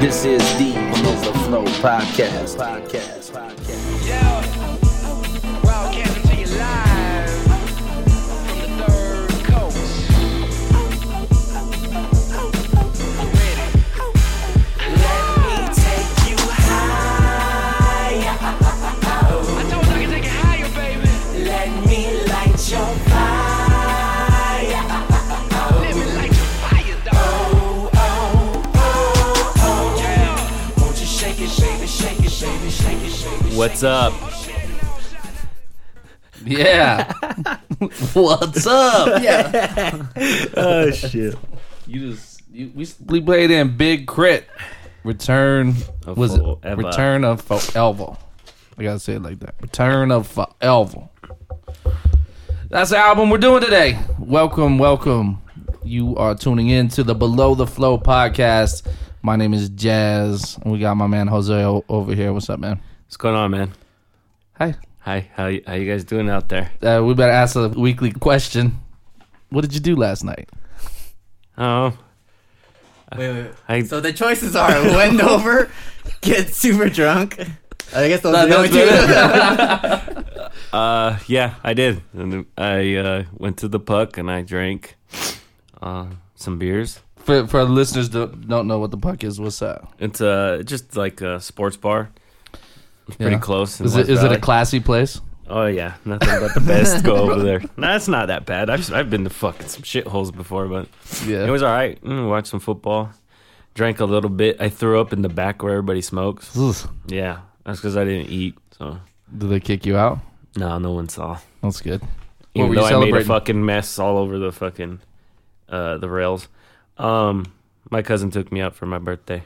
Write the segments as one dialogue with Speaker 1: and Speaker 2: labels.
Speaker 1: This is the On Overflow Podcast. Podcast. Podcast.
Speaker 2: Yeah. Raw coming to you live from the third coast. I'm ready. Let me take you higher. I told you I can take it higher, baby. Let me light your fire. Let me light your fire, dog. Oh, oh, oh, oh. Yeah. Won't you shake it, shake it, shake it, shake it, shake it, shake it.
Speaker 3: What's up?
Speaker 4: Yeah. What's up? Yeah.
Speaker 3: Oh shit.
Speaker 4: You just you, we we played in big crit. Return
Speaker 3: Of
Speaker 4: was it
Speaker 3: Forever.
Speaker 4: return of forever. I gotta say it like that. Return of forever. That's the album we're doing today. Welcome, welcome. You are tuning in to the Below the Flow podcast. My name is Jazz, and we got my man Jose o- over here. What's up, man?
Speaker 3: What's going on, man?
Speaker 4: Hi.
Speaker 3: Hi. How y- how you guys doing out there?
Speaker 4: Uh, we better ask a weekly question. What did you do last night?
Speaker 3: Oh,
Speaker 5: Wait, wait, wait.
Speaker 3: I
Speaker 5: So the choices are Wendover, get super drunk. I guess those
Speaker 4: No,
Speaker 5: are the only
Speaker 4: that's
Speaker 5: two.
Speaker 3: uh yeah, I did. And I uh, went to the puck and I drank uh, some beers.
Speaker 4: For for listeners that don't know what the puck is, what's that?
Speaker 3: It's uh just like a sports bar. It's pretty
Speaker 4: Yeah.
Speaker 3: close. in
Speaker 4: Is
Speaker 3: West
Speaker 4: it is it a
Speaker 3: Valley.
Speaker 4: classy place?
Speaker 3: oh yeah, nothing but the best go over there. That's not that bad. I've I've been to fucking some shitholes before, but
Speaker 4: Yeah.
Speaker 3: It was all right. Mm, watched some football. Drank a little bit. I threw up in the back where everybody smokes.
Speaker 4: Oof.
Speaker 3: Yeah, that's because I didn't eat. So
Speaker 4: Did they kick you out?
Speaker 3: no, no one saw.
Speaker 4: That's good.
Speaker 3: Even
Speaker 4: were you
Speaker 3: though I made a
Speaker 4: celebrating?
Speaker 3: fucking mess all over the fucking uh, the rails. Um, my cousin took me out for my birthday.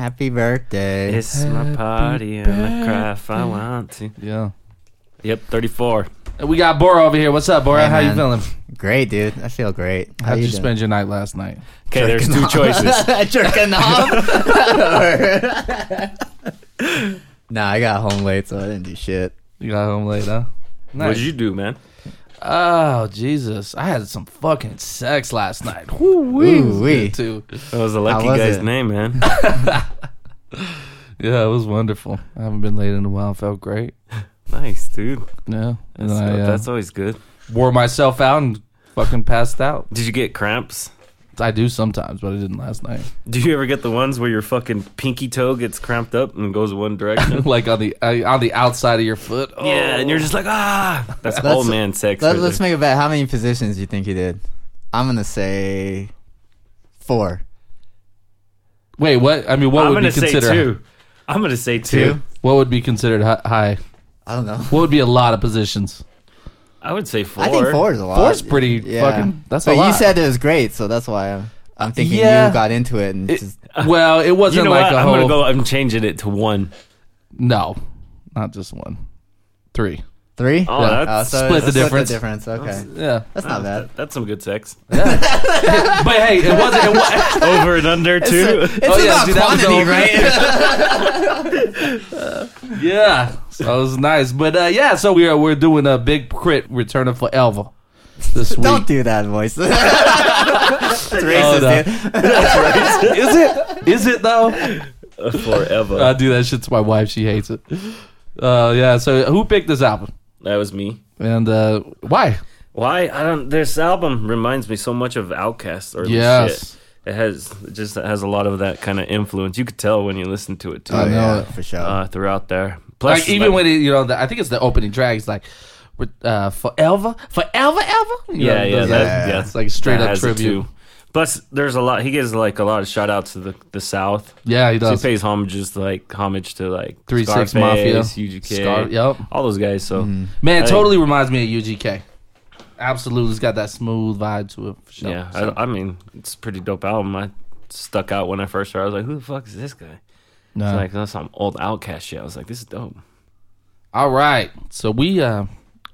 Speaker 5: Happy birthday.
Speaker 3: It's my party, and I cry if I want to.
Speaker 4: Yeah.
Speaker 3: Yep, thirty-four.
Speaker 4: And Uh, we got Bora over here. What's up, Bora?
Speaker 5: Hey,
Speaker 4: How you
Speaker 5: man.
Speaker 4: feeling?
Speaker 5: Great, dude. I feel great. How
Speaker 4: How'd you,
Speaker 5: you doing?
Speaker 4: spend your night last night?
Speaker 3: Okay, there's two choices.
Speaker 5: Jerking off. nah, I got home late, so I didn't do shit.
Speaker 4: You got home late, huh?
Speaker 3: What
Speaker 4: Nice.
Speaker 3: did you do, man?
Speaker 4: Oh Jesus! I had some fucking sex last night. Woo-wee.
Speaker 5: Ooh, wee.
Speaker 4: Too.
Speaker 3: That was a lucky
Speaker 5: was
Speaker 3: guy's
Speaker 5: it?
Speaker 3: name, man.
Speaker 4: Yeah, it was wonderful. I haven't been late in a while. Felt great.
Speaker 3: nice, dude.
Speaker 4: Yeah. And
Speaker 3: That's,
Speaker 4: I uh,
Speaker 3: that's always good.
Speaker 4: wore myself out and fucking passed out.
Speaker 3: Did you get cramps?
Speaker 4: I do sometimes, but I didn't last night.
Speaker 3: Do you ever get the ones where your fucking pinky toe gets cramped up and goes one direction?
Speaker 4: like on the uh, on the outside of your foot. Oh.
Speaker 3: yeah, and you're just like, ah, that's
Speaker 5: Let's-
Speaker 3: old man sex.
Speaker 5: Let,
Speaker 3: right
Speaker 5: us
Speaker 3: there.
Speaker 5: make a bet. How many positions do you think you did? I'm gonna say four.
Speaker 4: Oh. Wait, what? I mean, what would
Speaker 3: I'm gonna
Speaker 4: be
Speaker 3: say
Speaker 4: considered?
Speaker 3: two. I'm gonna say two.
Speaker 5: Two?
Speaker 4: What would be considered hi- high?
Speaker 5: I don't know.
Speaker 4: What would be a lot of positions?
Speaker 3: I would say four.
Speaker 5: I think four is a lot.
Speaker 4: Four's pretty fucking- that's a
Speaker 5: but you
Speaker 4: lot.
Speaker 5: said it was great, so that's why I'm, I'm thinking
Speaker 4: yeah.
Speaker 5: you got into it and just
Speaker 4: Well, it
Speaker 3: You
Speaker 4: wasn't
Speaker 3: know
Speaker 4: like
Speaker 3: what?
Speaker 4: a
Speaker 3: I'm
Speaker 4: whole.
Speaker 3: gonna go. I'm changing it to one.
Speaker 4: No, not just one, three.
Speaker 5: three.
Speaker 3: Oh,
Speaker 4: Yeah.
Speaker 3: that's
Speaker 4: Split the difference.
Speaker 5: difference. Okay,
Speaker 4: Yeah,
Speaker 5: that's not bad.
Speaker 3: that's some good sex.
Speaker 4: but hey, it wasn't. It was,
Speaker 3: Over and under two.
Speaker 5: It's
Speaker 4: Oh, yeah,
Speaker 5: about
Speaker 4: see, that was
Speaker 5: quantity,
Speaker 4: over.
Speaker 5: right?
Speaker 4: yeah, so it was nice. But uh, yeah, so we're we're doing a big crit returning for Elva this week.
Speaker 5: Don't do that voice. It's racist,
Speaker 4: Oh, no.
Speaker 5: dude.
Speaker 4: is it? Is it though?
Speaker 3: Forever.
Speaker 4: I do that shit to my wife. She hates it. Uh, yeah. So who picked this album
Speaker 3: that was me.
Speaker 4: and uh, why?
Speaker 3: Why? I don't. This album reminds me so much of Outkast or
Speaker 4: Yes.
Speaker 3: shit. It has it just has a lot of that kind of influence. You could tell when you listen to it too.
Speaker 4: I know
Speaker 5: Oh, yeah,
Speaker 4: it.
Speaker 5: for sure.
Speaker 3: uh, throughout there. Plus,
Speaker 4: like even when it, you know, the, I think it's the opening track. It's like with, uh, forever, forever, ever. You know,
Speaker 3: yeah,
Speaker 4: it
Speaker 3: yeah,
Speaker 4: does
Speaker 3: that,
Speaker 4: that.
Speaker 3: yeah,
Speaker 4: It's like straight
Speaker 3: that
Speaker 4: up
Speaker 3: has it
Speaker 4: tribute.
Speaker 3: too. Plus, there's a lot. He gives like a lot of shout outs to the the South.
Speaker 4: Yeah, he
Speaker 3: So he
Speaker 4: does.
Speaker 3: pays homages to like homage to like
Speaker 4: Three Six
Speaker 3: Scarface,
Speaker 4: Mafia,
Speaker 3: UGK,
Speaker 4: Scar- yep. Mm-hmm.
Speaker 3: all those guys. So
Speaker 4: Man,
Speaker 3: I
Speaker 4: it
Speaker 3: think-
Speaker 4: totally reminds me of UGK. Absolutely, it's got that smooth vibe to it. For sure.
Speaker 3: yeah,
Speaker 4: So,
Speaker 3: I, I mean, it's a pretty dope album. I stuck out when I first heard. it. I was like, who the fuck is this guy?
Speaker 4: no.
Speaker 3: It's like that's some old outcast shit. I was like, this is dope.
Speaker 4: all right, so we uh,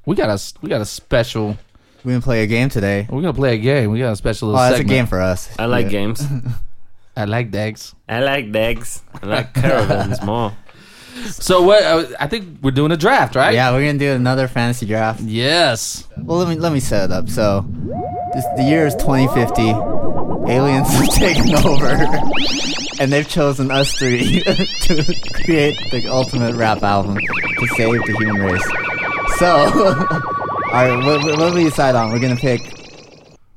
Speaker 4: we got a we got a special.
Speaker 5: We're gonna play a game today.
Speaker 4: We're gonna play a game. We got a special
Speaker 5: Oh,
Speaker 4: little
Speaker 5: that's a
Speaker 4: segment.
Speaker 5: game for us.
Speaker 3: I like
Speaker 5: Yeah.
Speaker 3: games.
Speaker 4: I like dags.
Speaker 3: I like dags. I like caravans more.
Speaker 4: So what? Uh, I think we're doing a draft, right?
Speaker 5: Yeah, we're gonna do another fantasy draft.
Speaker 4: Yes.
Speaker 5: Well, let me let me set it up. So, this, the year is 2050. aliens have taken over, and they've chosen us three to create the ultimate rap album to save the human race. So, all right, what, what, what do we decide on? We're gonna pick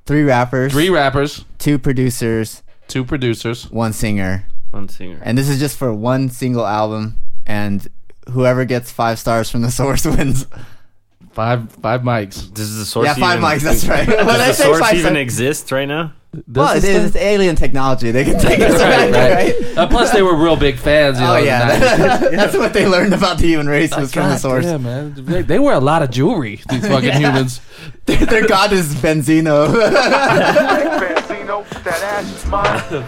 Speaker 5: three rappers,
Speaker 4: Three rappers,
Speaker 5: two producers,
Speaker 4: two producers.
Speaker 5: one singer,
Speaker 3: One singer.
Speaker 5: and this is just for one single album. And whoever gets five stars from the source wins.
Speaker 4: Five five mics.
Speaker 3: Does the source
Speaker 5: yeah, five
Speaker 3: even,
Speaker 5: mics. That's right. When I
Speaker 3: Does the
Speaker 5: say
Speaker 3: source
Speaker 5: five
Speaker 3: even
Speaker 5: stars-
Speaker 3: exist right now?
Speaker 5: well, it
Speaker 4: Does
Speaker 5: is
Speaker 4: this
Speaker 5: it's alien technology. They can take us
Speaker 4: thing-
Speaker 5: right, right.
Speaker 4: Uh, plus, they were real big fans. You know,
Speaker 5: Oh
Speaker 4: in the
Speaker 5: yeah, Oh,
Speaker 4: 90s.
Speaker 5: that's what they learned about the human race was from the
Speaker 4: God
Speaker 5: source.
Speaker 4: damn, man. They, they wear a lot of jewelry. These fucking humans.
Speaker 5: Their god is Benzino.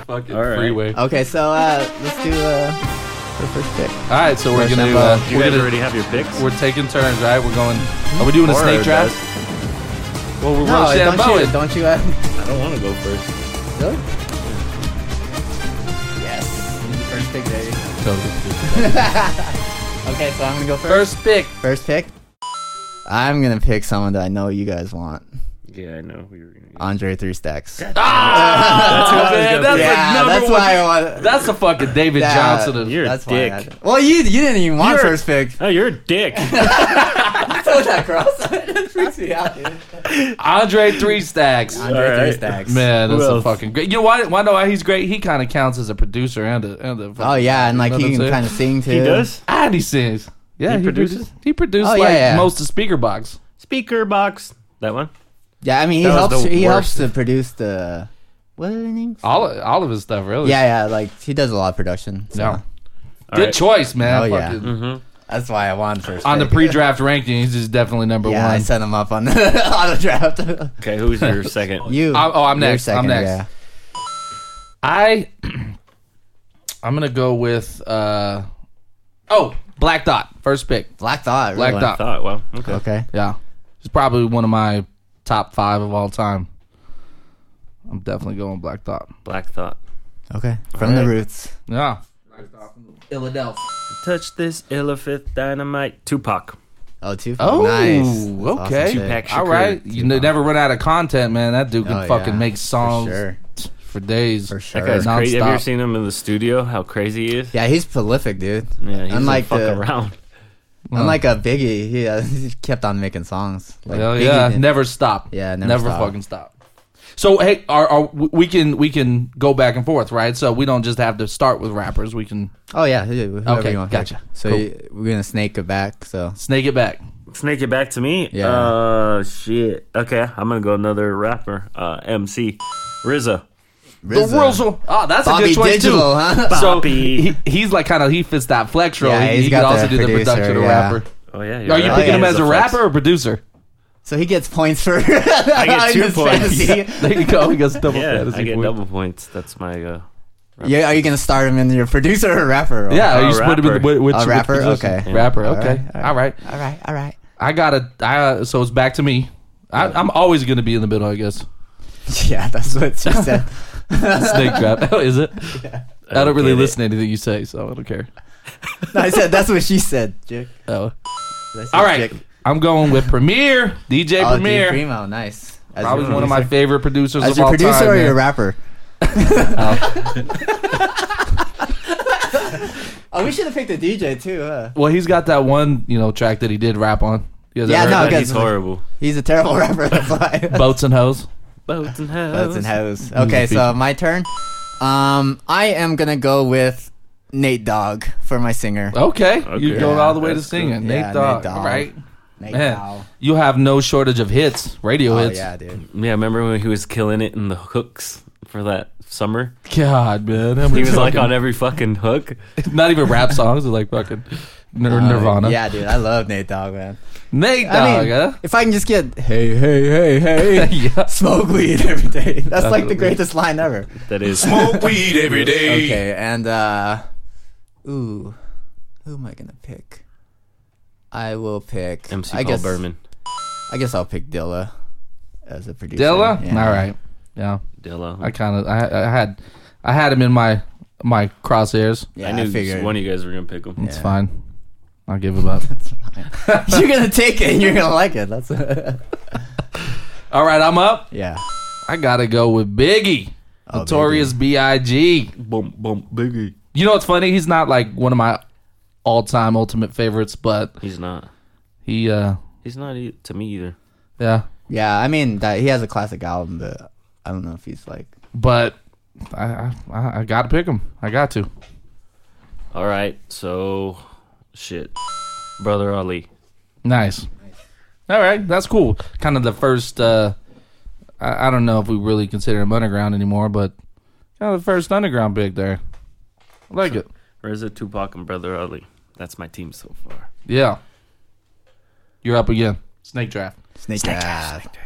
Speaker 4: Fucking
Speaker 3: All right.
Speaker 4: freeway. All
Speaker 5: okay, so uh, let's do uh, the first pick.
Speaker 4: right, so we're
Speaker 5: Fresh
Speaker 4: gonna
Speaker 5: up,
Speaker 4: do.
Speaker 5: uh,
Speaker 4: Uh,
Speaker 3: You
Speaker 4: we're
Speaker 3: guys
Speaker 4: gonna.
Speaker 3: already have your picks.
Speaker 4: We're taking turns, right? We're going. Are we doing a
Speaker 3: Or
Speaker 4: snake draft?
Speaker 3: does-
Speaker 4: Well, we're
Speaker 5: No,
Speaker 4: Rochambeauing.
Speaker 5: don't you? Don't you? Uh,
Speaker 3: I don't want to go first.
Speaker 5: really? Yes. This is the first pick, baby. Okay, so I'm gonna go first.
Speaker 4: First pick.
Speaker 5: First pick. I'm gonna pick someone that I know you guys want.
Speaker 3: Yeah, I know. We were gonna get.
Speaker 5: Andre Three Stacks.
Speaker 4: Ah,
Speaker 3: That's what I
Speaker 5: Ah,
Speaker 4: man,
Speaker 3: was
Speaker 4: that's
Speaker 3: gonna pick.
Speaker 4: like
Speaker 5: yeah,
Speaker 4: number
Speaker 5: that's
Speaker 4: one.
Speaker 5: why I want.
Speaker 4: That's a fucking David
Speaker 5: Yeah.
Speaker 4: Johnson. of-
Speaker 3: You're a
Speaker 5: That's why. I
Speaker 3: dick.
Speaker 5: had it. Well, you you didn't even want
Speaker 3: You're-
Speaker 5: first pick.
Speaker 3: Oh, you're a dick.
Speaker 5: Throw that cross. It freaks me out, dude.
Speaker 4: Andre Three Stacks.
Speaker 5: Andre
Speaker 3: All
Speaker 5: Three
Speaker 3: right.
Speaker 5: Stacks.
Speaker 4: Man,
Speaker 3: Who
Speaker 4: that's a
Speaker 3: else?
Speaker 4: fucking great. You know why? Why know why he's great? He kind of counts as a producer and a and a. Fucking,
Speaker 5: Oh yeah, and like
Speaker 4: You know what I'm
Speaker 5: he can
Speaker 4: saying?
Speaker 5: kind of sing too.
Speaker 3: he does.
Speaker 5: Ah,
Speaker 4: and he sings. Yeah,
Speaker 3: He
Speaker 4: he,
Speaker 3: produces?
Speaker 4: produces. He produced
Speaker 5: Oh, yeah,
Speaker 4: like
Speaker 5: yeah.
Speaker 4: most of Speaker Box.
Speaker 3: Speaker box. That one.
Speaker 5: Yeah, I mean he
Speaker 3: That was
Speaker 5: helps.
Speaker 3: the
Speaker 5: He helps
Speaker 3: worst.
Speaker 5: to produce the what are the names?
Speaker 4: All all of his stuff really.
Speaker 5: Yeah, yeah, like he does a lot of production. So
Speaker 4: Oh. No.
Speaker 3: All
Speaker 4: Good
Speaker 3: right.
Speaker 4: choice, man.
Speaker 5: Oh, yeah.
Speaker 4: Fucking-
Speaker 5: that's why I won first.
Speaker 4: On the
Speaker 5: pick.
Speaker 4: pre-draft ranking, he's just definitely number
Speaker 5: yeah, I
Speaker 4: one.
Speaker 5: set him up on the auto draft.
Speaker 3: Okay, who's your second?
Speaker 5: you?
Speaker 4: I'm- oh, I'm
Speaker 5: you're
Speaker 4: next, I'm next. I I'm gonna go with uh oh Black Dot first pick.
Speaker 5: Black Thought.
Speaker 4: Black
Speaker 5: really.
Speaker 4: Thought.
Speaker 3: Thought. Well, okay.
Speaker 5: Okay.
Speaker 4: Yeah, he's probably one of my top five of all time. I'm definitely going Black Dot.
Speaker 3: Black Thought.
Speaker 5: Okay. From the roots.
Speaker 4: Yeah. Philadelphia.
Speaker 3: Touch this elephant dynamite. Tupac.
Speaker 5: Oh, two.
Speaker 4: Oh,
Speaker 5: nice. That's awesome
Speaker 4: okay.
Speaker 5: shit.
Speaker 3: Tupac.
Speaker 4: All right, you n- never run out of content, man. That dude can
Speaker 5: Oh,
Speaker 4: fucking
Speaker 5: yeah.
Speaker 4: make songs
Speaker 5: For sure.
Speaker 4: for days.
Speaker 5: For sure.
Speaker 3: That guy's
Speaker 4: Nonstop.
Speaker 3: crazy. Have you ever seen him in the studio? How crazy he is.
Speaker 5: Yeah, he's prolific, dude.
Speaker 3: Yeah, he doesn't
Speaker 5: Unlike
Speaker 3: fuck
Speaker 5: the-
Speaker 3: around.
Speaker 5: Unlike a Biggie, he, uh, he kept on making songs. Like,
Speaker 4: Hell
Speaker 5: Biggie
Speaker 4: yeah,
Speaker 5: didn't-
Speaker 4: never stop.
Speaker 5: Yeah, never stop.
Speaker 4: fucking stop. So hey, our, our, we can we can go back and forth, right? So we don't just have to start with rappers. We can
Speaker 5: Oh yeah, yeah, whoever
Speaker 4: Okay,
Speaker 5: you want to pick.
Speaker 4: gotcha.
Speaker 5: So
Speaker 4: Cool.
Speaker 5: you- we're gonna snake it back. So
Speaker 4: snake it back.
Speaker 3: Snake it back to me.
Speaker 5: Yeah.
Speaker 3: Uh, shit. Okay, I'm gonna go another rapper. Uh, MC, RZA.
Speaker 4: The world's oh, that's
Speaker 5: Bobby
Speaker 4: a good choice too.
Speaker 5: Digital, huh?
Speaker 4: So
Speaker 3: Bobby.
Speaker 4: he, he's like kind of he fits that flex role.
Speaker 5: Yeah,
Speaker 4: he
Speaker 5: he's
Speaker 4: he
Speaker 5: got
Speaker 4: could also
Speaker 5: that
Speaker 4: do the
Speaker 5: producer,
Speaker 4: production of
Speaker 5: yeah.
Speaker 4: rapper.
Speaker 3: Oh yeah.
Speaker 4: Are you
Speaker 3: right.
Speaker 4: picking
Speaker 5: yeah,
Speaker 4: him
Speaker 3: He
Speaker 4: as
Speaker 3: is
Speaker 4: a
Speaker 3: flex.
Speaker 4: rapper or producer?
Speaker 5: So he gets points for. I
Speaker 3: get two points.
Speaker 4: There you go. He goes double
Speaker 3: Yeah,
Speaker 4: fantasy
Speaker 3: I get
Speaker 4: points.
Speaker 3: double points. That's my. Uh,
Speaker 5: Yeah, are you gonna start him in your producer or rapper? Or
Speaker 4: Yeah,
Speaker 3: Oh,
Speaker 4: you split him with,
Speaker 3: rapper.
Speaker 4: with, with
Speaker 5: Oh, rapper?
Speaker 4: position.
Speaker 5: Okay. Yeah.
Speaker 4: rapper.
Speaker 5: All
Speaker 4: Okay,
Speaker 5: right, all
Speaker 4: all right.
Speaker 5: All right, all right.
Speaker 4: I gotta. I, uh, so it's back to me. I, I'm always gonna be in the middle, I guess.
Speaker 5: Yeah, that's what she said.
Speaker 4: Snake trap. Oh, is it? I don't really
Speaker 3: get it.
Speaker 4: listen to anything you say, so I don't care.
Speaker 5: No, I said that's what she said. Jake.
Speaker 4: Oh.
Speaker 5: That's
Speaker 4: All
Speaker 5: your
Speaker 4: right.
Speaker 5: chick.
Speaker 4: I'm going with Premier, DJ
Speaker 5: Oh, D
Speaker 4: Premier.
Speaker 5: Primo, nice. As
Speaker 4: Probably
Speaker 5: your
Speaker 4: one of my
Speaker 5: producer.
Speaker 4: favorite producers
Speaker 5: As
Speaker 4: of
Speaker 5: your
Speaker 4: all
Speaker 5: producer
Speaker 4: time.
Speaker 5: or
Speaker 4: man.
Speaker 5: your rapper? oh, we should have picked a DJ too. Huh?
Speaker 4: well, he's got that one, you know, track that he did rap on. You guys
Speaker 5: Yeah,
Speaker 4: ever heard
Speaker 5: no,
Speaker 4: that?
Speaker 5: okay.
Speaker 3: he's horrible.
Speaker 5: He's a terrible rapper. That's why.
Speaker 4: Boats and hoes.
Speaker 3: Boats and
Speaker 5: Boats and
Speaker 3: hoes.
Speaker 5: hoes. Okay, so my turn. Um, I am gonna go with Nate Dogg for my singer.
Speaker 4: Okay, you're
Speaker 3: Okay.
Speaker 4: going all the way to
Speaker 3: That's
Speaker 4: singing.
Speaker 5: good.
Speaker 4: Nate
Speaker 5: Yeah, Nate
Speaker 4: Dogg.
Speaker 5: Dogg.
Speaker 4: All right,
Speaker 5: Nate
Speaker 4: man,
Speaker 5: Dogg.
Speaker 4: you have no shortage of hits, radio
Speaker 5: Oh
Speaker 4: hits.
Speaker 5: yeah, dude.
Speaker 3: Yeah, remember when he was killing it in the hooks for that summer?
Speaker 4: God, man, how
Speaker 3: He
Speaker 4: many
Speaker 3: was like on
Speaker 4: fucking-
Speaker 3: every fucking hook.
Speaker 4: not even rap songs. They're like fucking Nir-
Speaker 5: Uh,
Speaker 4: Nirvana.
Speaker 5: yeah, dude. I love Nate Dogg, man.
Speaker 4: Nate Dogg.
Speaker 5: I mean,
Speaker 4: huh?
Speaker 5: if I can just get hey, hey, hey, hey,
Speaker 4: yeah.
Speaker 5: smoke weed every day. That's like the
Speaker 4: Absolutely.
Speaker 5: greatest line ever.
Speaker 3: That is.
Speaker 6: Smoke weed every day.
Speaker 5: Okay, and uh, ooh, who am I gonna pick? I will pick
Speaker 3: MC
Speaker 5: I
Speaker 3: Paul
Speaker 5: guess,
Speaker 3: Berman.
Speaker 5: I guess I'll pick Dilla as a producer.
Speaker 4: Dilla.
Speaker 5: Yeah.
Speaker 4: All right. Yeah.
Speaker 3: Dilla.
Speaker 4: I kind of I, I had I had him in my my crosshairs.
Speaker 5: Yeah,
Speaker 3: I knew
Speaker 5: figured.
Speaker 3: one of you guys were gonna pick him.
Speaker 4: It's fine. I'll give him up.
Speaker 5: you're gonna take it and you're gonna like it. That's
Speaker 4: All right, I'm up.
Speaker 5: yeah.
Speaker 4: I gotta go with Biggie.
Speaker 5: Oh,
Speaker 4: Notorious B.I.G.
Speaker 3: Boom, boom, Biggie.
Speaker 4: You know what's funny? He's not like one of my all-time ultimate favorites, but
Speaker 3: He's not.
Speaker 4: he, uh,
Speaker 3: He's not e- to me either.
Speaker 4: yeah.
Speaker 5: Yeah, I mean that he has a classic album, but I don't know if he's like
Speaker 4: But I, I, I- I got to pick him. I got to.
Speaker 3: All right, so shit, brother Ali.
Speaker 4: Nice. All right, that's cool. Kind of the first. Uh, I, I don't know if we really consider him underground anymore, but kind of the first underground big there. I like it.
Speaker 3: Where's it Tupac and brother Ali? That's my team so far.
Speaker 4: Yeah. You're up again. Snake draft.
Speaker 5: Snake Draft.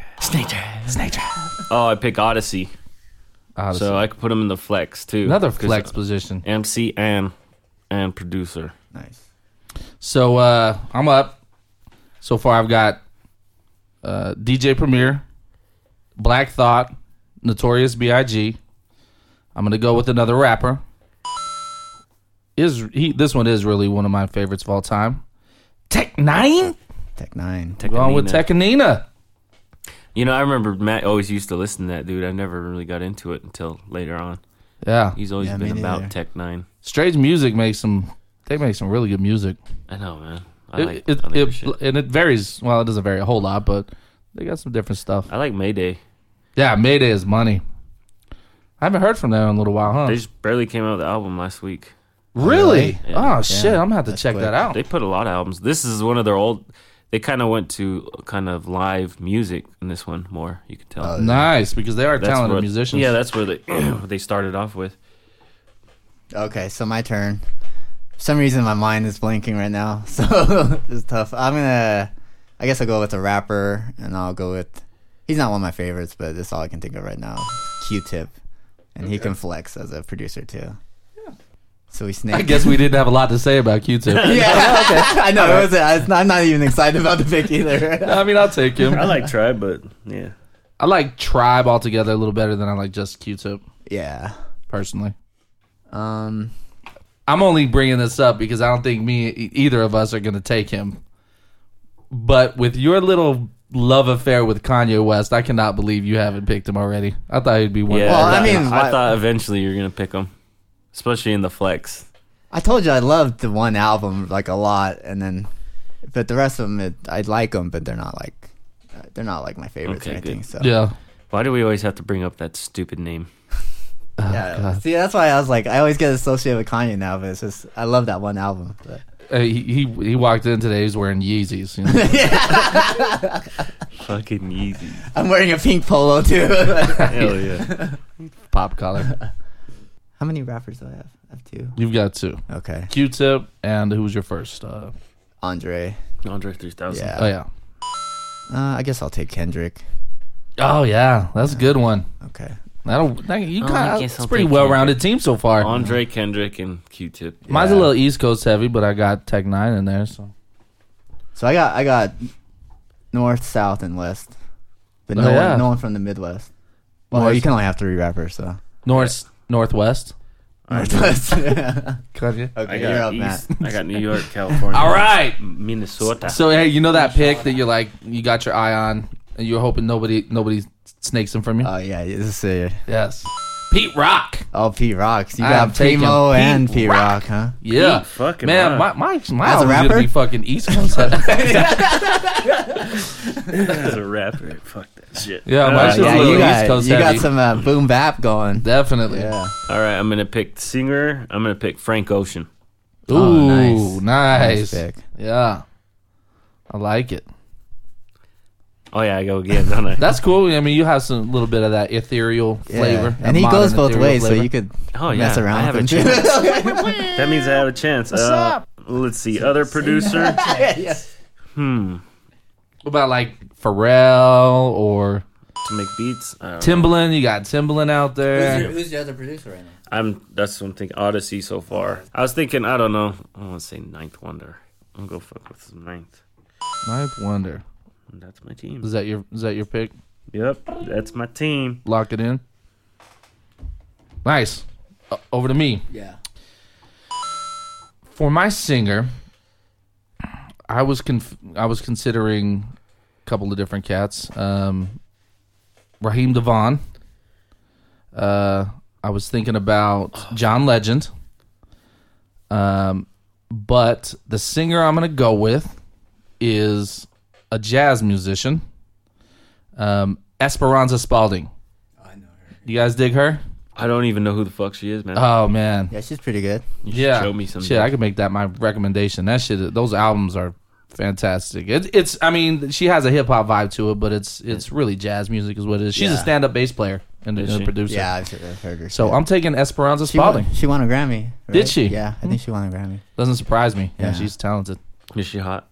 Speaker 3: Oh, I pick Odyssey,
Speaker 4: Odyssey.
Speaker 3: so I could put him in the flex too.
Speaker 4: Ah, Another
Speaker 3: 'cause
Speaker 4: flex position.
Speaker 3: MC and and producer.
Speaker 5: Nice.
Speaker 4: So uh, I'm up. So far, I've got uh, DJ Premier, Black Thought, Notorious B.I.G. I'm gonna go with another rapper. Is he? This one is really one of my favorites of all time. Tech Nine.
Speaker 5: Tech Nine.
Speaker 4: Going with
Speaker 3: Nina.
Speaker 4: Tech and Nina.
Speaker 3: You know, I remember Matt always used to listen to that dude. I never really got into it until later on.
Speaker 4: Yeah,
Speaker 3: He's always
Speaker 5: Yeah, me
Speaker 3: been about
Speaker 5: neither.
Speaker 3: Tech Nine.
Speaker 4: Strange Music makes some. They make some really good music.
Speaker 3: I know, man. I
Speaker 4: It,
Speaker 3: like.
Speaker 4: it,
Speaker 3: I like their
Speaker 4: it-
Speaker 3: shit.
Speaker 4: and it varies. Well, it doesn't vary a whole lot, but they got some different stuff.
Speaker 3: I like Mayday.
Speaker 4: Yeah, Mayday is money. I haven't heard from them in a little while, huh?
Speaker 3: They just barely came out with the album last week.
Speaker 4: Really?
Speaker 3: Yeah.
Speaker 4: Oh shit! I'm gonna have to check
Speaker 5: quick.
Speaker 4: that out.
Speaker 3: They put a lot of albums. This is one of their old. They kind of went to kind of live music in this one more. You could tell.
Speaker 4: Nice, because they are
Speaker 3: That's
Speaker 4: Uh, talented
Speaker 3: what-
Speaker 4: musicians.
Speaker 3: Yeah, that's where they what they started off with.
Speaker 5: Okay, so my turn. For some reason, my mind is blanking right now, so it's tough. I'm gonna. I guess I'll go with a rapper, and I'll go with. He's not one of my favorites, but that's all I can think of right now. Q-Tip, and he can flex as a producer too. Yeah. So we snake.
Speaker 4: I guess we didn't have a lot to say about Q-Tip.
Speaker 5: Yeah. Oh, okay. I know. It was, I- it's not, I'm not even excited about the pick either.
Speaker 4: I mean, I'll take him.
Speaker 3: like Tribe, but yeah.
Speaker 4: I like Tribe altogether a little better than I like just Q-Tip
Speaker 5: yeah.
Speaker 4: personally.
Speaker 5: Um.
Speaker 4: I'm only bringing this up because I don't think me e- either of us are gonna take him. But with your little love affair with Kanye West, I cannot believe you haven't picked him already. I thought he'd be one.
Speaker 3: Yeah,
Speaker 5: Well, I
Speaker 3: I,
Speaker 5: mean,
Speaker 3: mean,
Speaker 5: why-
Speaker 3: I thought eventually you're gonna pick them, especially in the flex.
Speaker 5: I told you I loved the one album like a lot, and then, but the rest of them, it, I like them, but they're not like, uh, they're not like my favorites or
Speaker 3: Okay, good.
Speaker 5: anything. So
Speaker 4: yeah.
Speaker 3: Why do we always have to bring up that stupid name?
Speaker 4: Oh,
Speaker 5: Yeah, see, that's why I was like, I always get associated with Kanye now, but it's just I love that one album. But
Speaker 4: Uh, he, he he walked in today. He's wearing Yeezys. you know.
Speaker 3: Fucking easy.
Speaker 5: I'm wearing a pink polo too.
Speaker 3: Hell yeah.
Speaker 4: pop collar.
Speaker 5: How many rappers do I have? I have two.
Speaker 4: You've got two.
Speaker 5: Okay,
Speaker 4: Q-Tip and who was your first? Uh,
Speaker 5: Andre.
Speaker 3: Andre 3000.
Speaker 5: Yeah,
Speaker 4: oh yeah.
Speaker 5: Uh, I guess I'll take Kendrick.
Speaker 4: Oh yeah, that's a good one.
Speaker 5: Okay,
Speaker 4: That'll that, you
Speaker 3: Oh,
Speaker 4: got
Speaker 3: I guess
Speaker 4: it's a
Speaker 3: I'll
Speaker 4: pretty
Speaker 3: take
Speaker 4: well-rounded team so far.
Speaker 3: Andre Kendrick and Q-Tip.
Speaker 4: Mine's a
Speaker 5: Yeah.
Speaker 4: little East Coast heavy, but I got Tech Nine in there. So
Speaker 5: so I got I got North, South, and West, but
Speaker 4: Oh,
Speaker 5: no
Speaker 4: yeah.
Speaker 5: one no one from the Midwest. Well,
Speaker 4: North-
Speaker 5: you can only have three rappers, so
Speaker 4: North Northwest.
Speaker 5: Northwest. okay,
Speaker 3: I
Speaker 5: you're
Speaker 3: got
Speaker 5: up,
Speaker 3: East.
Speaker 5: Matt.
Speaker 3: I got New York, California.
Speaker 4: All right.
Speaker 3: Minnesota.
Speaker 4: So hey, you know that pick that you're like you got your eye on, and you're hoping nobody nobody snakes him from you.
Speaker 5: Oh yeah, this is uh,
Speaker 4: yes. Pete Rock.
Speaker 5: all P Rocks. You
Speaker 4: I am
Speaker 5: got
Speaker 4: taking
Speaker 5: Primo
Speaker 4: Pete
Speaker 5: and P Rock, huh?
Speaker 4: Yeah.
Speaker 3: Pete fucking
Speaker 4: Man,
Speaker 3: Rock.
Speaker 4: my my my
Speaker 5: As a
Speaker 4: album's gonna
Speaker 5: rapper?
Speaker 4: be fucking East Coast heavy.
Speaker 3: As a rapper, fuck that shit.
Speaker 4: Yeah,
Speaker 3: All
Speaker 4: my
Speaker 3: right,
Speaker 4: shit's
Speaker 5: Uh, Yeah,
Speaker 4: a little
Speaker 5: you
Speaker 4: East
Speaker 5: got
Speaker 4: Coast
Speaker 5: you got
Speaker 4: heavy.
Speaker 5: some uh, boom bap going.
Speaker 4: Definitely.
Speaker 5: Yeah.
Speaker 3: All right, I'm gonna pick singer. I'm gonna pick Frank Ocean.
Speaker 4: Ooh,
Speaker 5: Oh, nice.
Speaker 4: nice.
Speaker 5: pick.
Speaker 4: Yeah. I like it.
Speaker 3: Oh yeah, I go again, don't I?
Speaker 4: That's cool. I mean, you have some little bit of that ethereal flavor.
Speaker 5: Yeah.
Speaker 4: that
Speaker 5: And he
Speaker 4: modern
Speaker 5: goes both
Speaker 4: ethereal
Speaker 5: ways, so
Speaker 4: flavor.
Speaker 5: you could
Speaker 3: Oh yeah,
Speaker 5: mess around
Speaker 3: I have
Speaker 5: with
Speaker 3: a
Speaker 5: him
Speaker 3: chance.
Speaker 5: too.
Speaker 3: that means I have a chance. What's
Speaker 4: up?
Speaker 3: Let's see, other producer. hmm,
Speaker 4: What about like Pharrell or
Speaker 3: to make beats. uh, I don't know.
Speaker 4: Timbaland? You got Timbaland out there.
Speaker 5: other producer right now?
Speaker 3: I'm that's what I'm thinking. Odyssey so far. I was thinking. I don't know. I want to say Ninth Wonder. I'm gonna go fuck with some Ninth.
Speaker 4: Ninth Wonder.
Speaker 3: And That's my team.
Speaker 4: Is that your is that your pick?
Speaker 3: Yep, that's my team.
Speaker 4: Lock it in. Nice. O- over to me.
Speaker 5: Yeah.
Speaker 4: For my singer, I was conf- I was considering a couple of different cats. Um, Raheem Devon, Uh, I was thinking about John Legend. Um, but the singer I'm going to go with is a jazz musician, um, Esperanza Spalding. You guys dig her?
Speaker 3: I don't even know who the fuck she is, man.
Speaker 4: Oh man,
Speaker 5: Yeah, she's pretty good.
Speaker 3: you should
Speaker 4: yeah.
Speaker 3: show me some.
Speaker 4: Shit, I could make that my recommendation. That shit, those albums are fantastic. It, it's, I mean, she has a hip hop vibe to it, but it's it's really jazz music is what it is. She's a
Speaker 5: Yeah.
Speaker 4: stand up bass player and,
Speaker 3: Is
Speaker 4: and a
Speaker 3: she?
Speaker 4: producer.
Speaker 5: Yeah, I've I've heard her.
Speaker 4: So
Speaker 5: shit.
Speaker 4: I'm taking Esperanza
Speaker 5: she won,
Speaker 4: Spalding.
Speaker 5: she won a Grammy. right?
Speaker 4: Did she?
Speaker 5: Yeah, I think she won a Grammy.
Speaker 4: Doesn't surprise me. Yeah,
Speaker 5: Yeah.
Speaker 4: she's talented.
Speaker 3: Is she hot?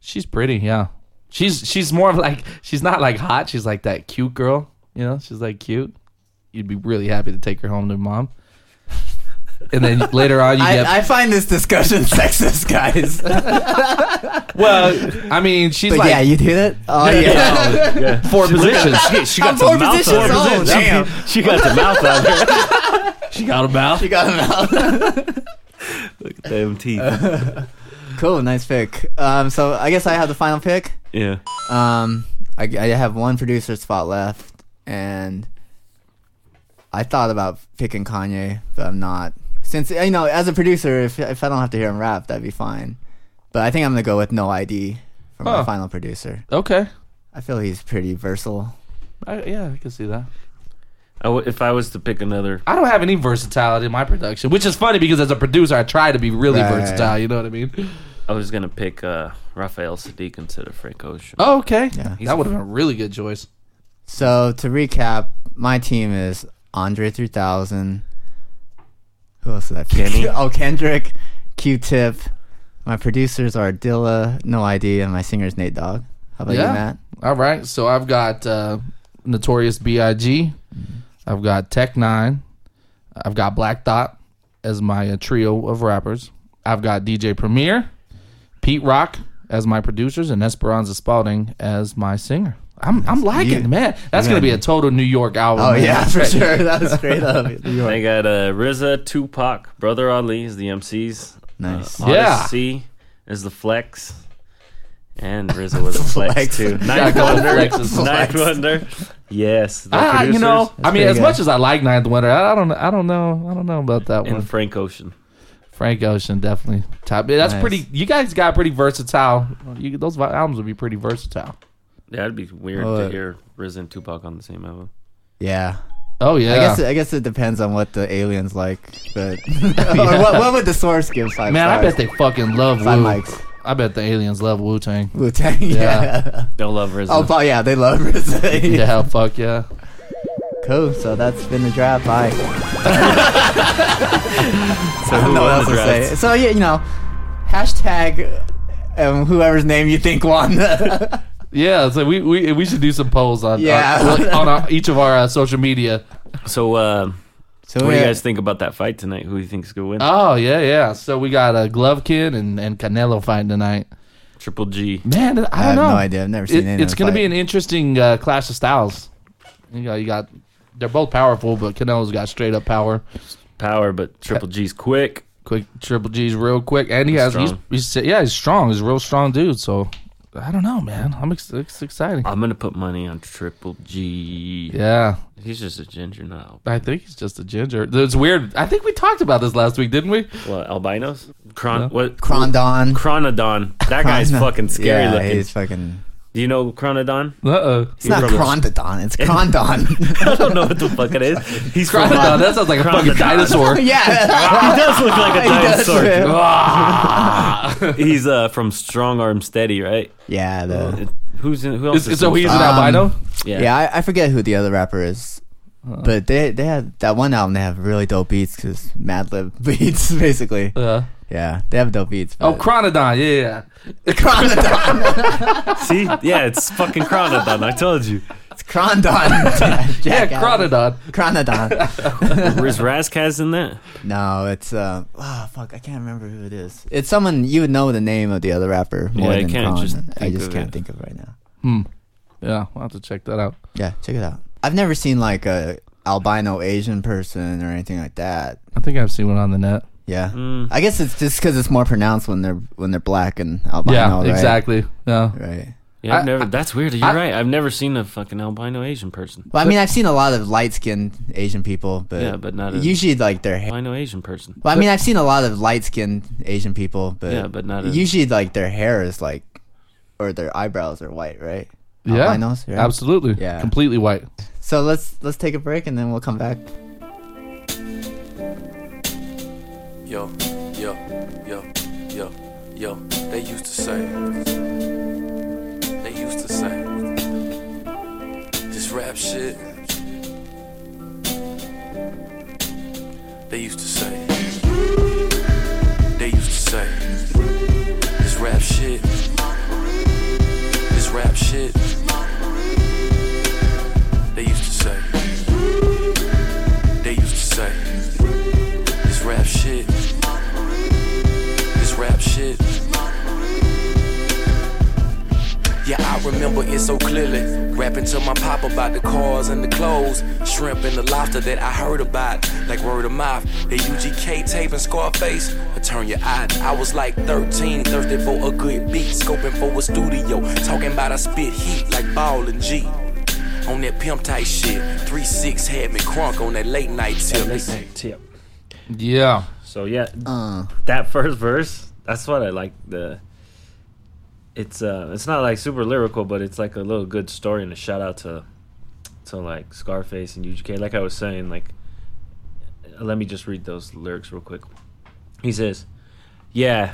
Speaker 4: She's pretty. Yeah, she's she's more of like she's not like hot. She's like that cute girl. You know, she's like cute. You'd be really happy to take her home to your mom. And then later on, you
Speaker 5: I,
Speaker 4: get
Speaker 5: I find this discussion sexist, guys. but
Speaker 4: well. I mean, she's like
Speaker 5: yeah, you do that? Oh yeah.
Speaker 4: four positions.
Speaker 3: She, she got
Speaker 5: Four
Speaker 3: some mouth
Speaker 5: positions.
Speaker 3: on her.
Speaker 5: Oh, damn.
Speaker 3: She got the mouth on her. She got a mouth.
Speaker 5: You got him out.
Speaker 3: Look at them teeth.
Speaker 5: Cool, nice pick. Um, so I guess I have the final pick.
Speaker 3: Yeah.
Speaker 5: Um, I, I have one producer spot left, and I thought about picking Kanye, but I'm not. Since you know, as a producer, if if I don't have to hear him rap, that'd be fine. But I think I'm gonna go with No ID for
Speaker 4: Huh.
Speaker 5: my final producer.
Speaker 4: Okay,
Speaker 5: I feel he's pretty versatile.
Speaker 4: I, yeah, I can see that.
Speaker 3: I w- if I was to pick another,
Speaker 4: I don't have any versatility in my production, which is funny because as a producer, I try to be really
Speaker 5: Right.
Speaker 4: versatile. You know what I mean?
Speaker 3: I was gonna pick uh, Raphael Sadiq instead of Frank Ocean.
Speaker 4: Oh, okay,
Speaker 5: Yeah.
Speaker 4: that would have been a really good choice.
Speaker 5: So to recap, my team is Andre 3000. Who else did I pick?
Speaker 3: Kenny.
Speaker 5: oh, Kendrick, Q-Tip. My producers are Dilla, No ID, and my singer is Nate Dogg. How about
Speaker 4: Yeah.
Speaker 5: you, Matt?
Speaker 4: All right, so I've got uh, Notorious B.I.G., I've got Tech Nine, I've got Black Dot as my uh, trio of rappers. I've got DJ Premier, Pete Rock as my producers, and Esperanza Spalding as my singer. I'm I'm liking
Speaker 5: You-
Speaker 4: man. That's
Speaker 5: you
Speaker 4: gonna be a
Speaker 5: ready?
Speaker 4: total New York album.
Speaker 5: Oh
Speaker 4: man.
Speaker 5: yeah, for sure. That was straight up.
Speaker 3: They got uh, RZA, Tupac, Brother Ali is the MCs.
Speaker 5: Nice.
Speaker 3: Uh,
Speaker 4: Yeah.
Speaker 3: Odyssey is the flex, and RZA was a flex,
Speaker 5: Flex.
Speaker 3: too.
Speaker 4: Got a
Speaker 3: Ninth
Speaker 4: couple
Speaker 3: Wonder,
Speaker 4: flexes.
Speaker 3: Ninth Wonder. Yes, the
Speaker 4: Ah, you know,
Speaker 3: producers
Speaker 4: I mean,
Speaker 5: pretty
Speaker 4: as
Speaker 5: good.
Speaker 4: much as I like Ninth Wonder, I I don't, I don't know, I don't know about that one.
Speaker 3: and Frank Ocean.
Speaker 4: Frank Ocean definitely top. That's
Speaker 5: Nice.
Speaker 4: pretty. You guys got pretty versatile. You, those vi- albums would be pretty versatile.
Speaker 3: Yeah, it'd be weird
Speaker 5: Oh,
Speaker 3: to
Speaker 5: uh,
Speaker 3: hear RZA and Tupac on the same album.
Speaker 5: Yeah.
Speaker 4: Oh yeah,
Speaker 5: I guess it, I guess it depends on what the aliens like, but or what, what would the source give five
Speaker 4: man, I
Speaker 5: stars?
Speaker 4: bet they fucking love
Speaker 5: five
Speaker 4: Wu.
Speaker 5: mics.
Speaker 4: I bet the aliens love Wu Tang.
Speaker 5: Wu Tang. Yeah.
Speaker 3: They'll love RZA.
Speaker 5: Oh, but yeah, they love RZA.
Speaker 4: Yeah, hell, fuck yeah.
Speaker 5: Cool. So that's been the draft. Bye.
Speaker 3: So
Speaker 5: I
Speaker 3: who
Speaker 5: don't know what
Speaker 3: won
Speaker 5: else
Speaker 3: the
Speaker 5: to say.
Speaker 3: draft?
Speaker 5: So yeah, you know, hashtag um, whoever's name you think won.
Speaker 4: Yeah, so we we, we should do some polls on
Speaker 5: Yeah.
Speaker 4: on, on our, each of our uh, social media.
Speaker 3: So, uh,
Speaker 5: so
Speaker 3: what do
Speaker 5: we-
Speaker 3: you guys think about that fight tonight? Who do you think's gonna win?
Speaker 4: Oh yeah, yeah. So we got a uh, Glovekin and and Canelo fighting tonight.
Speaker 3: Triple G.
Speaker 4: Man, I don't
Speaker 5: I have
Speaker 4: know.
Speaker 5: no idea. I've never
Speaker 4: It-
Speaker 5: seen any.
Speaker 4: it's going to be an interesting uh, clash of styles. You know, you got they're both powerful, but Canelo's got straight up power.
Speaker 3: Power, but Triple G's quick.
Speaker 4: Quick Triple G's real quick, and he has he's,
Speaker 3: strong.
Speaker 4: he's yeah he's strong. He's a real strong dude. So I don't know, man. I'm ex- it's exciting.
Speaker 3: I'm gonna put money on Triple G.
Speaker 4: Yeah,
Speaker 3: He's just a ginger now.
Speaker 4: I think he's just a ginger. It's weird. I think we talked about this last week, didn't we?
Speaker 3: What albinos? Chron what?
Speaker 5: Crondon.
Speaker 3: Chronodon. That guy's
Speaker 5: Chron-
Speaker 3: fucking scary
Speaker 5: yeah,
Speaker 3: looking.
Speaker 5: He's fucking.
Speaker 3: Do you know Chronodon?
Speaker 4: Uh oh.
Speaker 5: It's not
Speaker 3: from-
Speaker 5: Crondon. It's Crondon.
Speaker 3: I don't know what the fuck it is. He's from-
Speaker 4: That sounds like a fucking
Speaker 3: Chronodon.
Speaker 4: dinosaur.
Speaker 5: yeah.
Speaker 3: He does look like a
Speaker 5: He does,
Speaker 3: dinosaur.
Speaker 5: man.
Speaker 3: he's uh, from Strong Arm Steady, right?
Speaker 5: Yeah. The,
Speaker 3: It- Who's in, who else?
Speaker 4: Is,
Speaker 3: Is,
Speaker 4: so
Speaker 3: in
Speaker 4: he's an
Speaker 3: Strong-
Speaker 5: Um,
Speaker 4: albino.
Speaker 3: Oh, yeah.
Speaker 5: yeah. I, I forget who the other rapper is. But they they have that one album. They have really dope beats because Madlib beats basically.
Speaker 4: Uh,
Speaker 5: Yeah, they have dope beats.
Speaker 4: oh,
Speaker 5: but-
Speaker 4: Chronodon. Yeah, yeah.
Speaker 5: Crondon,
Speaker 3: See, yeah, it's fucking Chronodon. I told you.
Speaker 5: it's Crondon.
Speaker 4: Yeah,
Speaker 5: Jack
Speaker 4: yeah
Speaker 5: Allen.
Speaker 4: Chronodon.
Speaker 5: Crondon.
Speaker 3: Is Razkaz in that?
Speaker 5: No, it's uh, oh fuck, I can't remember who it is. It's someone you would know the name of the other rapper more
Speaker 3: Yeah, I
Speaker 5: than
Speaker 3: can't
Speaker 5: Kron.
Speaker 3: just
Speaker 5: I
Speaker 3: think
Speaker 5: just
Speaker 3: of
Speaker 5: can't
Speaker 3: it.
Speaker 5: think of it right now.
Speaker 4: Yeah, we'll have to check that out.
Speaker 5: Yeah, check it out. I've never seen like a albino Asian person or anything like that.
Speaker 4: I think I've seen one on the net.
Speaker 5: Yeah,
Speaker 3: Mm.
Speaker 5: I guess it's just because it's more pronounced when they're when they're black and albino.
Speaker 4: yeah,
Speaker 5: right?
Speaker 4: exactly. Yeah.
Speaker 5: Right.
Speaker 3: Yeah, I've
Speaker 4: I-
Speaker 3: never.
Speaker 4: I-
Speaker 3: that's weird. You're
Speaker 4: I-
Speaker 3: right. I've never seen a fucking albino Asian person.
Speaker 5: Well, I mean, I've seen a lot of light skinned Asian people, but
Speaker 3: Yeah, but not a-
Speaker 5: usually like their hair.
Speaker 3: Albino Asian person.
Speaker 5: Well, I mean, I've seen a lot of light skinned Asian people, but
Speaker 3: Yeah, but not a-
Speaker 5: usually like their hair is like or their eyebrows are white, right?
Speaker 4: Yeah,
Speaker 5: Albinos, right?
Speaker 4: absolutely.
Speaker 5: Yeah.
Speaker 4: completely white.
Speaker 5: So let's let's take a break and then we'll come back.
Speaker 6: Yo, yo, yo, yo, yo. They used to say. They used to say. This rap shit. They used to say. They used to say. This rap shit. This rap shit. They used to say. They used to say. This rap shit. This rap shit. Yeah, I remember it so clearly. Rapping to my pop about the cars and the clothes, shrimp and the lobster that I heard about, like word of mouth. They UGK tape and Scarface. I turn your eye. I was like 13, thirsty for a good beat, scoping for a studio, talking about I spit heat like Ball and G. On that pimp type shit, 3-6 had me crunk on that late night tip.
Speaker 3: Tip.
Speaker 4: Yeah,
Speaker 3: So yeah,
Speaker 5: Uh,
Speaker 3: that first verse. That's what I like. The it's uh, it's not like super lyrical, but it's like a little good story and a shout out to to like Scarface and UGK. Like I was saying, like let me just read those lyrics real quick. He says, "Yeah,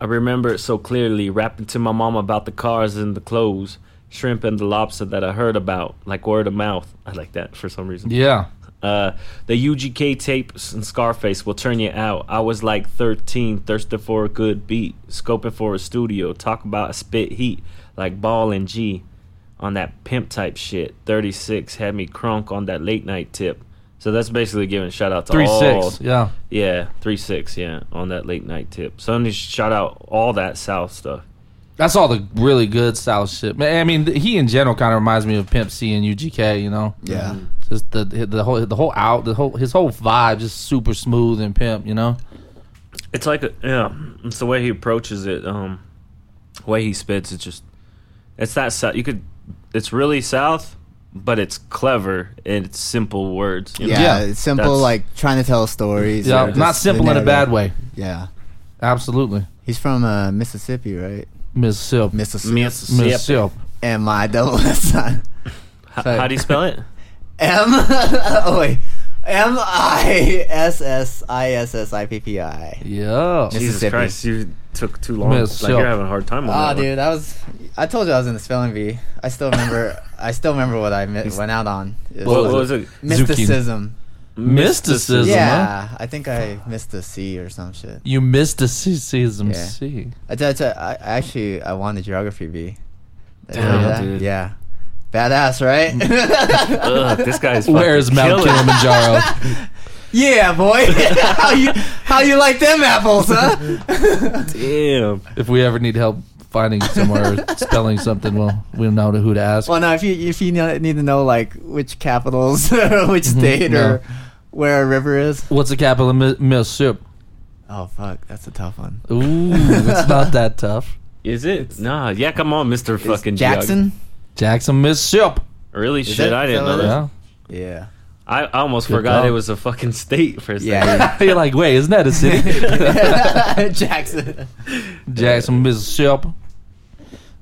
Speaker 3: I remember it so clearly. Rapping to my mom about the cars and the clothes." Shrimp and the lobster that I heard about, like word of mouth. I like that for some reason.
Speaker 4: yeah.
Speaker 3: Uh, the UGK tapes and Scarface will turn you out. I was like 13, thirsting for a good beat, scoping for a studio, talk about spit heat like Ball and G on that pimp type shit. 36 had me crunk on that late night tip. So that's basically giving shout out to
Speaker 4: Three
Speaker 5: Oh.
Speaker 3: all
Speaker 4: six. Yeah,
Speaker 3: yeah, three six, yeah, on that late night tip. So I need to shout out all that South stuff.
Speaker 4: that's all the really good South shit. Man, I mean, th- he in general kind of reminds me of Pimp C and UGK. You know,
Speaker 5: yeah.
Speaker 4: just the the whole the whole out the whole his whole vibe just super smooth and pimp. You know,
Speaker 3: It's like a, yeah, it's the way he approaches it. Um, the way he spits, it's just it's that south. You could, it's really south, but it's clever and it's simple words. you know?
Speaker 5: Yeah,
Speaker 4: Yeah,
Speaker 5: it's simple,
Speaker 3: that's-
Speaker 5: like trying to tell stories.
Speaker 4: yeah,
Speaker 5: or
Speaker 4: not
Speaker 5: just
Speaker 4: simple
Speaker 5: the
Speaker 4: in a bad
Speaker 5: narrative.
Speaker 4: way.
Speaker 5: Yeah,
Speaker 4: Absolutely,
Speaker 5: he's from uh, Mississippi, right?
Speaker 4: Miss Silk.
Speaker 5: Mississippi.
Speaker 3: Mississippi.
Speaker 4: Miss Silk.
Speaker 5: and my double son.
Speaker 3: H- how do you spell it?
Speaker 5: M. oh wait, M I S S I S S I P P I.
Speaker 4: Yeah.
Speaker 3: Jesus
Speaker 5: Mississippi.
Speaker 3: Christ, you took too long.
Speaker 4: Miss
Speaker 3: like
Speaker 4: Silk.
Speaker 3: you're having a hard time on
Speaker 5: Oh,
Speaker 3: that one.
Speaker 5: dude, I was. I told you I was in the spelling bee. I still remember. I still remember what I mi- went out on. It
Speaker 3: What,
Speaker 5: was
Speaker 3: what was it?
Speaker 5: Mysticism.
Speaker 4: Mysticism. huh?
Speaker 5: Yeah, I think I missed the C or some shit.
Speaker 4: You mysticism
Speaker 5: Yeah.
Speaker 4: C.
Speaker 5: I, did, I, I actually I won the geography bee. Did I tell
Speaker 3: Damn,
Speaker 5: you that?
Speaker 3: dude.
Speaker 5: Yeah, badass, right?
Speaker 3: Ugh, this guy's
Speaker 4: Where's Mount Kilimanjaro?
Speaker 5: yeah, boy. how you how you like them apples, huh?
Speaker 3: Damn.
Speaker 4: if we ever need help finding somewhere or spelling something, well, we know who to ask.
Speaker 5: Well, no, if you if you know- need to know like which capitals, or which
Speaker 3: Mm-hmm,
Speaker 5: state,
Speaker 4: no.
Speaker 5: or where a river is.
Speaker 4: What's the capital of Mi- Mississippi?
Speaker 5: Oh fuck, that's a tough one.
Speaker 4: Ooh, it's not that tough.
Speaker 3: Is it? Nah, yeah, come on, Mister fucking geog-
Speaker 5: Jackson.
Speaker 4: Jackson, Mississippi.
Speaker 3: Really? shit,
Speaker 5: it?
Speaker 3: I didn't
Speaker 5: Is that
Speaker 3: know
Speaker 5: what
Speaker 3: that.
Speaker 5: it
Speaker 4: Yeah.
Speaker 5: Yeah.
Speaker 3: I, I almost forgot
Speaker 4: call.
Speaker 3: it was a fucking state for a second.
Speaker 5: Yeah.
Speaker 4: You're like, wait, isn't that a city?
Speaker 5: yeah. Jackson.
Speaker 4: Jackson, Mississippi.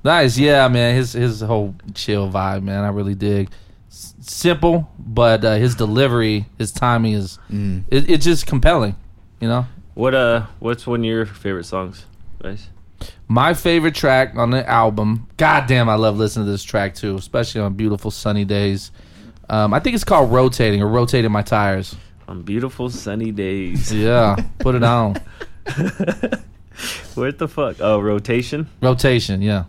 Speaker 4: Nice, yeah, man. His his whole chill vibe, man. I really dig. S- simple, but uh, his delivery, his timing is it, it's just compelling. You know,
Speaker 3: What uh? What's one of your favorite songs, guys?
Speaker 4: My favorite track on the album. God damn, I love listening to this track too, especially on beautiful sunny days. Um, I think it's called Rotating or Rotating My Tires.
Speaker 3: On beautiful sunny days.
Speaker 4: Yeah, put it on.
Speaker 3: Where the fuck? Oh, rotation.
Speaker 4: Rotation, yeah.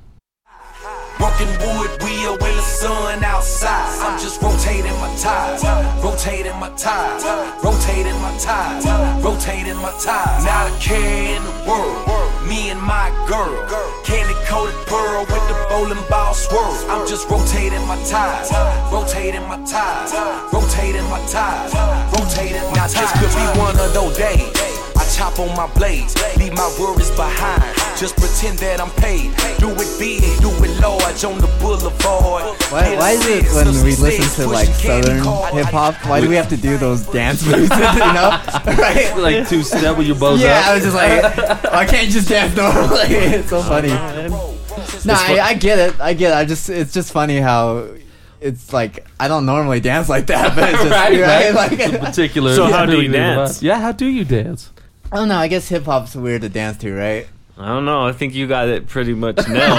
Speaker 6: Broken wood wheel when the sun outside. I'm just rotating my tires, rotating my tires, rotating my tires, rotating my tires. Not a care in the world. Me and my girl, candy coated pearl with the bowling ball swirl. I'm just rotating my tires, rotating my tires, rotating my tires, rotating my tires. Now this could be one of those days. I chop on my blades, leave my worries behind. Just pretend that I'm paid. Do it big, do it large on the boulevard.
Speaker 5: Why, why is it when we listen to like southern hip hop, why do we have to do those dance moves? you know, right?
Speaker 3: like two step with your bows
Speaker 5: Yeah, I
Speaker 3: up.
Speaker 5: was just like, I can't just dance normally. It's so funny.
Speaker 3: Oh,
Speaker 5: No, I, I get it. I get it. I just, it's just funny how it's like I don't normally dance like that, but it's just
Speaker 4: Right,
Speaker 5: right,
Speaker 4: right.
Speaker 5: Like,
Speaker 4: particular.
Speaker 3: So how do we dance?
Speaker 4: Yeah, how do you dance?
Speaker 5: I don't know. I guess hip hop's weird to dance to, right?
Speaker 3: I don't know. I think you got it pretty much nailed.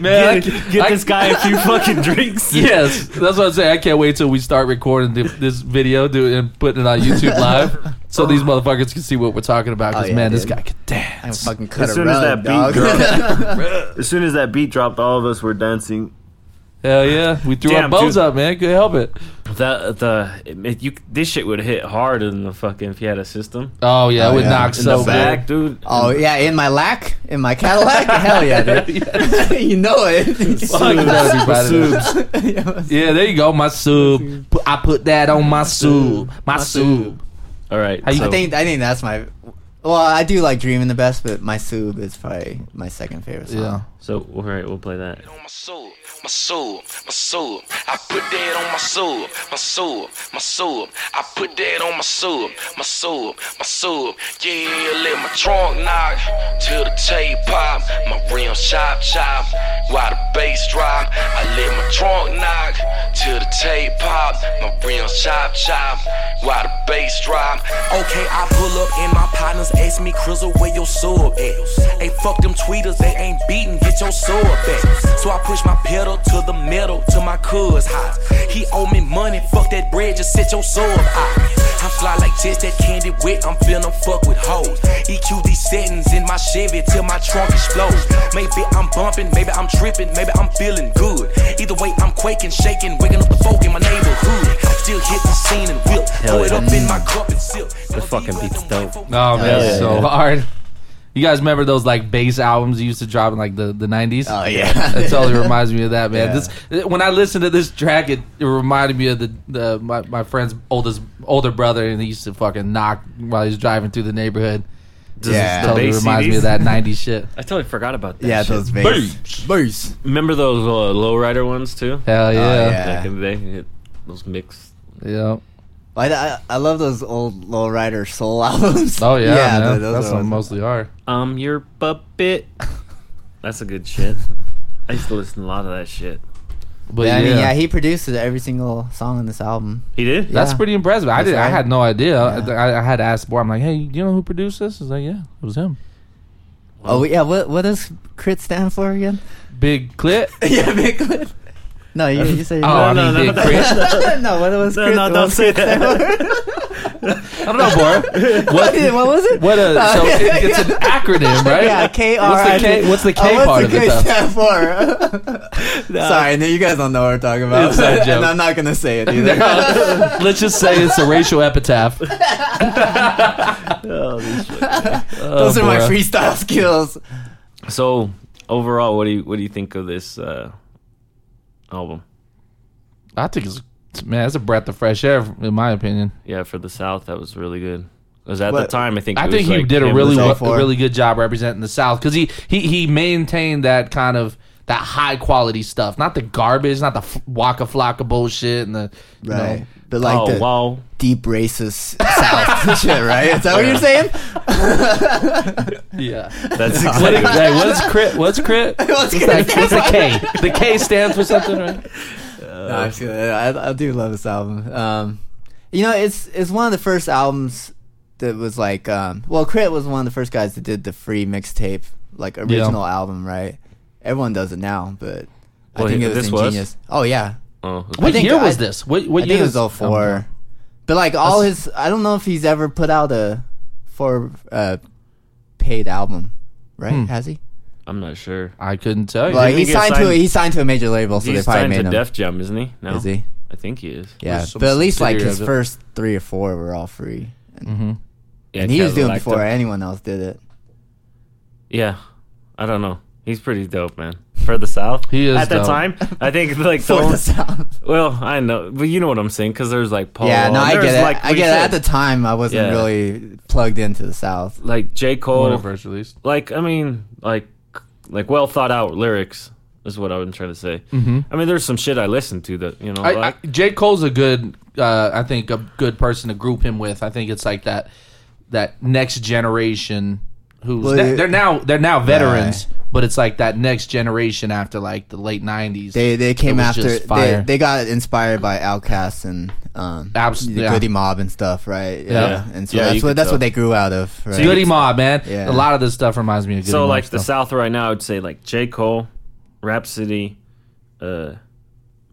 Speaker 4: Man, I
Speaker 3: get
Speaker 4: ca- I-
Speaker 3: this guy a few fucking drinks.
Speaker 4: yes, that's what I'm saying. I can't wait till we start recording th- this video, do it, and putting it on YouTube live, so these motherfuckers can see what we're talking about. Because
Speaker 5: Oh, yeah,
Speaker 4: man, this
Speaker 5: dude.
Speaker 4: guy could
Speaker 5: I can
Speaker 4: dance.
Speaker 5: fucking cut
Speaker 3: as
Speaker 5: a
Speaker 3: soon as that
Speaker 5: rug,
Speaker 3: beat
Speaker 5: dog.
Speaker 3: dropped, as soon as that beat dropped, all of us were dancing.
Speaker 4: Hell yeah, we threw our
Speaker 3: Damn,
Speaker 4: bows
Speaker 3: dude.
Speaker 4: up, man. Could help it.
Speaker 3: That the it, you this shit would hit harder than the fucking if you had a system.
Speaker 4: Oh yeah,
Speaker 5: Oh,
Speaker 4: it would
Speaker 5: yeah.
Speaker 4: knock
Speaker 5: In
Speaker 3: In the
Speaker 4: so bad.
Speaker 3: back, dude.
Speaker 5: oh
Speaker 4: Mm-hmm.
Speaker 5: yeah, in my lack, in my Cadillac, hell yeah, dude. you know it.
Speaker 4: Fuck, that'd be bad enough.
Speaker 5: yeah,
Speaker 4: Yeah, there you go, my sub. Pu- I put that on my sub, my sub.
Speaker 3: All right.
Speaker 4: How you
Speaker 5: I
Speaker 3: so-
Speaker 5: think I think that's my. Well, I do like dreaming the best, but my sub is probably my second favorite song.
Speaker 4: Yeah,
Speaker 3: So all right, we'll play that.
Speaker 2: on my soul, my soul, my soul. I put that on my soul, my soul, my soul. I put that on my soul, my soul, my soul. Yeah, let my trunk knock till the tape pop, my rim chop chop. While the bass drop, I let my trunk knock till the tape pop, my rim chop chop. While the bass drop,
Speaker 6: Okay, I pull up and my partners ask me, Crizzle, where your sub at? Hey, fuck them tweeters, they ain't beating, get your sub back. So I push my pedal to the metal, to my cuz hot. He owe me money, fuck that bread, just set your sub out. I fly like jets that candy wet, I'm feeling fuck with hoes. EQ these settings in my Chevy till my trunk explodes. Maybe I'm bumping, maybe I'm tripping, maybe I'm feeling good. Either way, I'm quaking, shaking, waking up the folk in my neighborhood. Still hit the scene and whip,
Speaker 3: Hell
Speaker 6: throw it
Speaker 3: yeah.
Speaker 6: up in my cup and sip. The
Speaker 3: fucking beat's dope.
Speaker 4: oh man,
Speaker 3: yeah,
Speaker 4: so
Speaker 3: yeah.
Speaker 4: hard. You guys remember those like bass albums you used to drop in like the the nineties?
Speaker 5: Oh yeah.
Speaker 4: That totally reminds me of that man.
Speaker 5: Yeah.
Speaker 4: This when I listened to this track, it, it reminded me of the, the my, my friend's oldest older brother, and he used to fucking knock while he was driving through the neighborhood.
Speaker 5: Yeah.
Speaker 4: Totally
Speaker 3: bass
Speaker 4: reminds me
Speaker 3: CDs?
Speaker 4: of that '90s shit.
Speaker 3: I totally forgot about that.
Speaker 5: yeah,
Speaker 3: shit.
Speaker 5: those bass. Bass.
Speaker 3: Remember those uh, lowrider ones too?
Speaker 4: Hell yeah,
Speaker 5: yeah.
Speaker 3: Back in the day, hit those mix.
Speaker 4: Oh, yeah.
Speaker 5: I, I, I love those old lowrider soul albums.
Speaker 4: Oh yeah, man.
Speaker 5: tho- those
Speaker 4: that's
Speaker 5: are
Speaker 4: what mostly are.
Speaker 3: I'm your Um, puppet. That's a good shit. I used to listen to a lot of that shit.
Speaker 4: But
Speaker 5: Yeah,
Speaker 4: yeah,
Speaker 5: I mean, yeah, he produces every single song on this album.
Speaker 3: He did.
Speaker 4: that's
Speaker 5: yeah.
Speaker 4: pretty impressive. I
Speaker 5: That's
Speaker 4: did. I
Speaker 5: right.
Speaker 4: had no idea.
Speaker 5: Yeah.
Speaker 4: I, I had to ask boy. I'm like, hey, you know who produced this? He's like, yeah, it was him.
Speaker 5: Oh yeah, what what does crit stand for again?
Speaker 4: Big clit.
Speaker 5: yeah, big crit. No, you, you said.
Speaker 4: Oh, I
Speaker 3: no,
Speaker 4: mean,
Speaker 3: no,
Speaker 4: big
Speaker 3: no.
Speaker 4: crit.
Speaker 5: no, what was
Speaker 3: No,
Speaker 5: crit?
Speaker 3: no,
Speaker 5: what
Speaker 3: don't
Speaker 5: was
Speaker 3: say
Speaker 5: crit stand
Speaker 3: that.
Speaker 5: for?
Speaker 4: I don't know, boy.
Speaker 5: what, was it?
Speaker 4: What a so
Speaker 5: yeah,
Speaker 4: it, it's an acronym, right?
Speaker 5: Yeah, K R. Oh,
Speaker 4: What's the K? What's the K part
Speaker 5: what's
Speaker 4: of
Speaker 5: the
Speaker 4: it
Speaker 5: K
Speaker 4: though?
Speaker 5: stand for? Sorry, no, you guys don't know what we're talking about.
Speaker 4: Inside joke.
Speaker 5: and I'm not gonna say it either.
Speaker 4: Let's just say it's a racial epitaph.
Speaker 3: Oh, these shit.
Speaker 5: Those
Speaker 4: Oh,
Speaker 5: are my
Speaker 4: boy.
Speaker 5: freestyle skills.
Speaker 3: so overall, what do you what do you think of this uh, album?
Speaker 4: I think it's man, that's a breath of fresh air, in my opinion.
Speaker 3: Yeah, for the South, that was really good. Because at the
Speaker 5: What-
Speaker 3: time, I think
Speaker 4: I
Speaker 3: it
Speaker 4: think
Speaker 3: was,
Speaker 4: he
Speaker 3: like,
Speaker 4: did a
Speaker 3: him
Speaker 4: really
Speaker 5: so
Speaker 4: wa-
Speaker 5: far.
Speaker 4: really good job representing the South because he, he he maintained that kind of that high quality stuff, not the garbage, not the f- waka flocka bullshit and the you know.
Speaker 5: Right. But like
Speaker 3: Oh
Speaker 5: the
Speaker 3: wow!
Speaker 5: deep racist South shit, right? Is that what you're saying?
Speaker 4: yeah.
Speaker 3: That's
Speaker 4: What
Speaker 3: exactly
Speaker 4: is, hey, what's crit? What's crit? What's,
Speaker 5: What's
Speaker 4: that-
Speaker 5: crit?
Speaker 4: what's the K? The K stands for something, right?
Speaker 5: No, I'm just kidding. I, I do love this album. Um, you know, it's it's one of the first albums that was like, um, well, Crit was one of the first guys that did the free mixtape, like original album, right? Everyone does it now, but
Speaker 3: Well,
Speaker 5: I think
Speaker 3: he-
Speaker 5: it was
Speaker 3: this was?
Speaker 5: ingenious. Oh yeah,
Speaker 3: Oh,
Speaker 4: What
Speaker 5: think
Speaker 4: year was
Speaker 5: I-
Speaker 4: this? What what
Speaker 5: I
Speaker 4: year
Speaker 5: think it was all four. But like all his, I don't know if he's ever put out a four uh, paid album, right?
Speaker 4: Hmm.
Speaker 5: Has he?
Speaker 3: I'm not sure.
Speaker 4: I couldn't tell you.
Speaker 5: Like
Speaker 3: he
Speaker 5: he
Speaker 3: get
Speaker 5: signed, to a,
Speaker 3: signed-
Speaker 5: he signed to a major label, so they
Speaker 3: He's
Speaker 5: probably
Speaker 3: signed
Speaker 5: made
Speaker 3: to
Speaker 5: him.
Speaker 3: Def Jam, isn't he? No,
Speaker 5: Is he?
Speaker 3: I think he is.
Speaker 5: Yeah,
Speaker 4: was some
Speaker 5: but at least like
Speaker 4: subsidiary
Speaker 5: his
Speaker 4: of it. Mm.
Speaker 5: first three or four were all free, and,
Speaker 4: Mm-hmm.
Speaker 3: Yeah,
Speaker 5: and he was doing it
Speaker 3: Cadillac
Speaker 5: before
Speaker 3: Def-
Speaker 5: anyone else did it.
Speaker 3: Yeah, I don't know. He's pretty dope, man. for the South.
Speaker 4: He is
Speaker 3: at that
Speaker 4: dope.
Speaker 3: time. I think like the
Speaker 5: for the
Speaker 3: only-
Speaker 5: South.
Speaker 3: well, I know, but you know what I'm saying because there's like Paul.
Speaker 5: yeah, no, I
Speaker 3: there's,
Speaker 5: get it.
Speaker 3: Like,
Speaker 5: I get it. At the
Speaker 3: time.
Speaker 5: time, I wasn't
Speaker 3: Yeah.
Speaker 5: really plugged into the South.
Speaker 3: like J Cole.
Speaker 4: Whatever, at least.
Speaker 3: like I mean, like like well thought out lyrics is what I'm trying to say. Mm-hmm. I mean, there's some shit I listen to that you know,
Speaker 4: I, I,
Speaker 3: like
Speaker 4: J. Cole's a good, uh, I think, a good person to group him with. I think it's like that that next generation who's
Speaker 5: Well,
Speaker 4: they,
Speaker 5: it-
Speaker 4: are now they're now veterans, but it's like that next generation after like the late '90s.
Speaker 5: They they came
Speaker 4: was just
Speaker 5: after
Speaker 4: fire.
Speaker 5: they, they got inspired by Outkast and um
Speaker 4: Abs-
Speaker 5: the
Speaker 4: yeah.
Speaker 5: Goody Mob and stuff, right?
Speaker 4: Yeah.
Speaker 5: And so
Speaker 3: Yeah, you
Speaker 5: that's
Speaker 3: could
Speaker 5: what that's
Speaker 3: tell.
Speaker 5: what they grew out of. Right?
Speaker 4: Goody Mob, man.
Speaker 5: Yeah.
Speaker 4: A lot of this stuff reminds me of Goody
Speaker 3: so
Speaker 4: Mob
Speaker 3: like the
Speaker 4: stuff.
Speaker 3: South right now, I'd say like J Cole, Rhapsody, uh,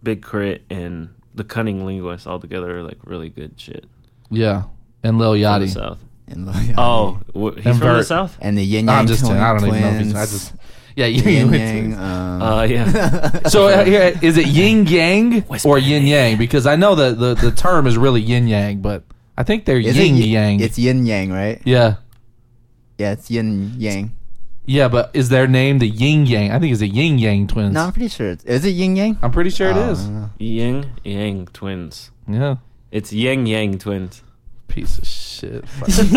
Speaker 3: Big Crit, and the Cunning Linguist all together are like really good shit.
Speaker 4: yeah, and Lil
Speaker 3: From the
Speaker 4: Yachty.
Speaker 3: South.
Speaker 5: And,
Speaker 3: Oh, wh- he's
Speaker 4: And
Speaker 3: from the
Speaker 4: Vert.
Speaker 3: South.
Speaker 5: and the Yin
Speaker 4: No,
Speaker 5: Yang
Speaker 4: I'm just
Speaker 5: twin,
Speaker 4: kidding. I don't
Speaker 5: twins.
Speaker 4: even know if he's. I just yeah, you, you
Speaker 5: Yin
Speaker 4: went
Speaker 5: Yang.
Speaker 4: to-
Speaker 5: Um,
Speaker 3: Uh, yeah.
Speaker 4: So uh, here, is it yin yang or yin yang? Because I know that the, the term is really yin yang, but I think they're
Speaker 5: is
Speaker 4: yin
Speaker 5: it,
Speaker 4: yang.
Speaker 5: It's Yin Yang, right?
Speaker 4: yeah,
Speaker 5: Yeah, it's Yin Yang.
Speaker 4: yeah, but is their name the yin yang? I think it's the yin yang twins.
Speaker 5: No, I'm pretty sure. It's, is it Yin Yang?
Speaker 4: I'm pretty sure
Speaker 5: Oh,
Speaker 4: it
Speaker 5: I
Speaker 4: is.
Speaker 5: don't know.
Speaker 3: Ying Yang twins.
Speaker 4: Yeah,
Speaker 3: It's Yang Yang twins.
Speaker 4: piece of shit.
Speaker 3: Stupid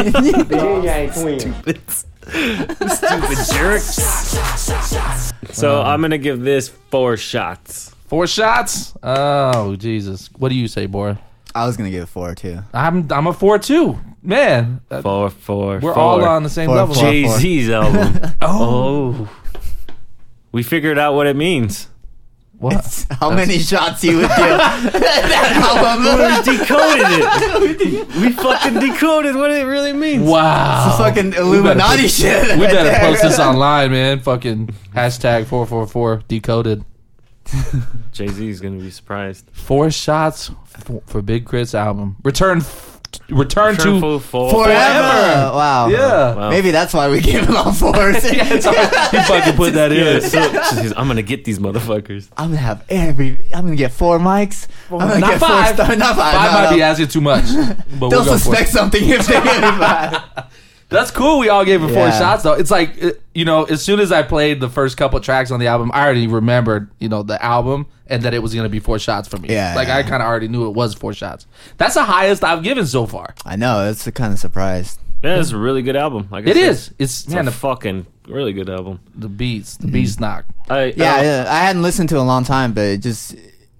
Speaker 3: jerks. So I'm gonna give this four shots.
Speaker 4: Four shots. Oh Jesus! What do you say, Bora?
Speaker 5: I was gonna give it four too.
Speaker 4: I'm I'm a four two man. Uh,
Speaker 3: Four, four,
Speaker 4: we're
Speaker 3: four.
Speaker 4: all on the same
Speaker 5: Four,
Speaker 4: level.
Speaker 5: four.
Speaker 3: Jay Z's album. oh. we figured out what it means.
Speaker 4: What?
Speaker 5: How many shots you would give that album?
Speaker 3: Decoded it. we fucking decoded what it really means.
Speaker 4: Wow.
Speaker 5: Fucking Illuminati
Speaker 4: put-
Speaker 5: shit.
Speaker 4: We
Speaker 5: right
Speaker 4: better
Speaker 5: there.
Speaker 4: post this online, man. Fucking hashtag 444 decoded.
Speaker 3: Jay Z's gonna be surprised.
Speaker 4: Four shots for, for Big Crit's album. Return f- return, Uh,
Speaker 3: Turn
Speaker 4: to.
Speaker 3: full four.
Speaker 5: forever. Wow.
Speaker 4: Yeah.
Speaker 3: Wow.
Speaker 5: Maybe that's why we gave it all fours.
Speaker 4: he fucking put that
Speaker 3: Yeah,
Speaker 4: in.
Speaker 3: so, she's- I'm gonna get these motherfuckers.
Speaker 5: I'm gonna have every. I'm gonna get four mics. I'm gonna
Speaker 4: Not
Speaker 5: get
Speaker 4: five.
Speaker 5: Four star, not five.
Speaker 4: Five
Speaker 5: no,
Speaker 4: might
Speaker 5: no.
Speaker 4: be asking too much. But we'll
Speaker 5: They'll
Speaker 4: go for it.
Speaker 5: suspect something if they give me five.
Speaker 4: That's cool. We all gave it four
Speaker 5: Yeah.
Speaker 4: shots, though. It's like, uh, you know, as soon as I played the first couple tracks on the album, I already remembered, you know, the album and that it was going to be four shots for me.
Speaker 5: Yeah,
Speaker 4: Like,
Speaker 5: yeah.
Speaker 4: I kind of already knew it was four shots. That's the highest I've given so far.
Speaker 5: I know. It's a kind of surprise.
Speaker 3: Yeah, it's a really good album. Like I
Speaker 4: It
Speaker 3: said,
Speaker 4: is. It's,
Speaker 3: It's
Speaker 4: man,
Speaker 3: a
Speaker 4: the,
Speaker 3: fucking really good album.
Speaker 4: the beats,
Speaker 5: Mm-hmm.
Speaker 4: the beats knock.
Speaker 3: I,
Speaker 5: Yeah,
Speaker 3: uh,
Speaker 5: yeah, I hadn't listened to it in a long time, but it just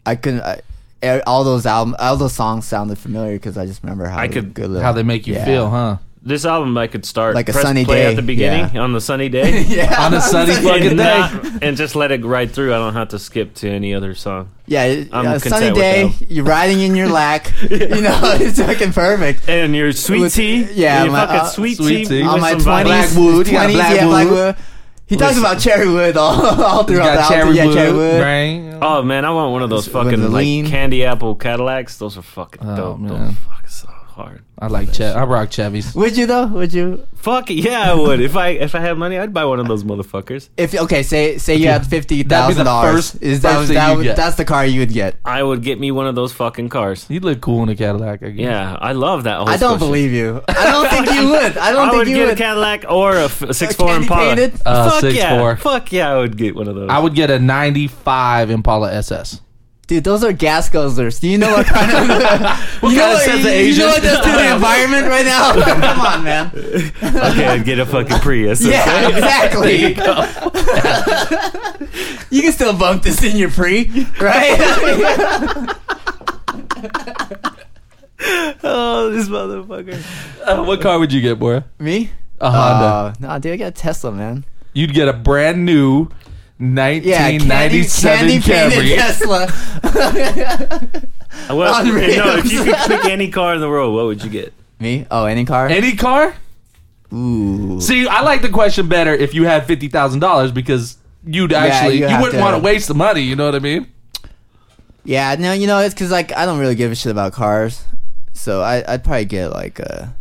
Speaker 5: I couldn't. I, eh, all those album, all those songs sounded familiar because I just remember how
Speaker 3: I
Speaker 5: they-
Speaker 3: could-
Speaker 5: good little-
Speaker 4: How they make you
Speaker 5: yeah.
Speaker 4: feel, huh?
Speaker 3: This album I could start
Speaker 5: Like a
Speaker 3: press
Speaker 5: sunny
Speaker 3: play at
Speaker 5: day,
Speaker 3: the beginning
Speaker 5: yeah.
Speaker 3: on the sunny day.
Speaker 5: Yeah,
Speaker 4: On a sunny fucking
Speaker 3: and,
Speaker 4: day.
Speaker 3: not- and just let it ride through. I don't have to skip to any other song.
Speaker 5: yeah, it-
Speaker 3: I'm
Speaker 5: a sunny
Speaker 3: content with
Speaker 5: day.
Speaker 3: them.
Speaker 5: You're riding in your lack. You know, it's fucking perfect.
Speaker 3: And your sweet
Speaker 5: With-
Speaker 3: tea,
Speaker 5: yeah,
Speaker 3: your
Speaker 5: my-
Speaker 3: fucking
Speaker 5: uh,
Speaker 3: sweet,
Speaker 4: sweet
Speaker 3: tea.
Speaker 4: tea.
Speaker 3: with
Speaker 5: on my
Speaker 3: some
Speaker 5: twenties,
Speaker 3: vinyl.
Speaker 4: Blackwood,
Speaker 5: twenties,
Speaker 4: you got
Speaker 5: yeah,
Speaker 4: Blackwood.
Speaker 5: Blackwood. He talks about cherry wood all, all
Speaker 4: You
Speaker 5: throughout
Speaker 4: got
Speaker 5: the
Speaker 4: Cherry
Speaker 5: album.
Speaker 4: Wood,
Speaker 5: yeah, cherry wood.
Speaker 4: right?
Speaker 3: Oh man, I want one of those
Speaker 5: With
Speaker 3: fucking
Speaker 5: the
Speaker 3: like
Speaker 5: lean.
Speaker 3: candy apple Cadillacs. Those are fucking
Speaker 4: Oh,
Speaker 3: dope.
Speaker 4: man.
Speaker 3: Those fuck so hard.
Speaker 4: I like Che. I rock Chevys.
Speaker 5: Would you though? Would you?
Speaker 3: Fuck yeah, I would. if I if I had money, I'd buy one of those motherfuckers.
Speaker 5: If okay, say say you
Speaker 4: Yeah.
Speaker 5: had fifty
Speaker 4: That'd be the
Speaker 5: thousand dollars.
Speaker 4: first-
Speaker 5: Is that,
Speaker 4: first
Speaker 5: was
Speaker 4: thing
Speaker 5: that
Speaker 4: you'd
Speaker 5: would-
Speaker 4: get.
Speaker 5: that's the car you would get?
Speaker 3: I would get me one of those fucking cars.
Speaker 4: You look cool in a Cadillac, I guess.
Speaker 3: Yeah, I love that. Old
Speaker 5: I don't
Speaker 3: school shit.
Speaker 5: believe you. I don't think you would. I don't
Speaker 3: I
Speaker 5: think
Speaker 3: would
Speaker 5: you
Speaker 3: get
Speaker 5: would.
Speaker 3: a Cadillac or a f- a six four
Speaker 5: Candy
Speaker 3: Impala.
Speaker 5: painted?
Speaker 4: Uh,
Speaker 3: Fuck
Speaker 4: six
Speaker 3: yeah,
Speaker 4: four.
Speaker 3: fuck yeah, I would get one of those.
Speaker 4: I would get a 95 Impala SS.
Speaker 5: Dude, those are gas guzzlers. Do you know what kind of you,
Speaker 4: kind
Speaker 5: know
Speaker 4: of
Speaker 5: what,
Speaker 4: sense of
Speaker 5: you, you
Speaker 4: Asian?
Speaker 5: know what does to the environment right now? Come on, man.
Speaker 3: okay, I'd get a fucking Prius.
Speaker 5: Yeah, exactly.
Speaker 4: There you
Speaker 5: you, can still bump this in your pre, right?
Speaker 3: Oh, this motherfucker.
Speaker 4: Uh, what car would you get, boy?
Speaker 5: Me?
Speaker 4: A Honda.
Speaker 5: Uh, nah, dude, I got a Tesla, man.
Speaker 4: You'd get a brand new
Speaker 5: Yeah,
Speaker 4: 1997
Speaker 5: candy, candy painted
Speaker 4: Camry.
Speaker 5: Tesla.
Speaker 3: Well,
Speaker 5: On
Speaker 3: no,
Speaker 5: rims.
Speaker 3: if you could pick any car in the world, what would you get?
Speaker 5: Me? Oh, any car?
Speaker 4: Any car?
Speaker 5: Ooh.
Speaker 4: See, I like the question better if you had fifty thousand dollars because you'd actually
Speaker 5: you
Speaker 4: you,
Speaker 5: have
Speaker 4: wouldn't
Speaker 5: to-
Speaker 4: want to waste the money. You know what I mean?
Speaker 5: Yeah, no, you know, it's because like I don't really give a shit about cars, so I, I'd probably get like a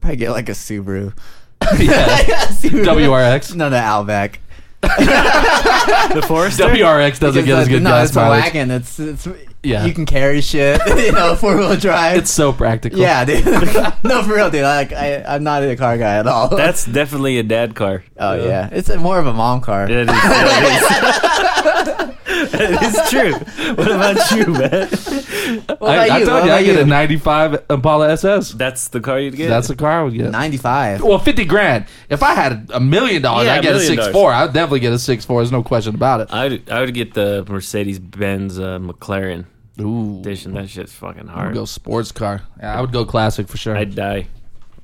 Speaker 5: probably get like a Subaru.
Speaker 4: Yeah.
Speaker 5: Subaru.
Speaker 4: WRX.
Speaker 5: No, no, Outback.
Speaker 3: The Forester.
Speaker 4: WRX doesn't get as
Speaker 5: Because,
Speaker 4: good
Speaker 5: no,
Speaker 4: gas
Speaker 5: it's
Speaker 4: mileage.
Speaker 5: a wagon. It's it's
Speaker 4: Yeah.
Speaker 5: You can carry shit. you know, four wheel drive.
Speaker 4: It's so practical.
Speaker 5: yeah, dude. no, for real, dude. Like I, I'm not a car guy at all.
Speaker 3: That's definitely a dad car.
Speaker 5: oh yeah. It's a, more of a mom car.
Speaker 3: It is. It is. it is true. What about you, man?
Speaker 5: What
Speaker 4: I,
Speaker 5: about
Speaker 4: I
Speaker 5: you?
Speaker 4: told
Speaker 5: What
Speaker 4: you I
Speaker 5: about
Speaker 4: get
Speaker 5: you?
Speaker 4: a 95 Impala SS.
Speaker 3: That's the car you'd get.
Speaker 4: That's the car I would get.
Speaker 5: 95.
Speaker 4: Well, 50 grand. If I had a million dollars,
Speaker 3: Yeah,
Speaker 4: I'd get a
Speaker 3: million
Speaker 4: six
Speaker 3: dollars. Uh,
Speaker 4: four. I'd definitely get a six four. There's no question about it.
Speaker 3: I would, I would get the Mercedes Benz uh, McLaren
Speaker 4: Ooh.
Speaker 3: edition. That shit's fucking
Speaker 4: I would
Speaker 3: hard.
Speaker 4: go sports car. Yeah, I would go classic for sure.
Speaker 3: I'd die.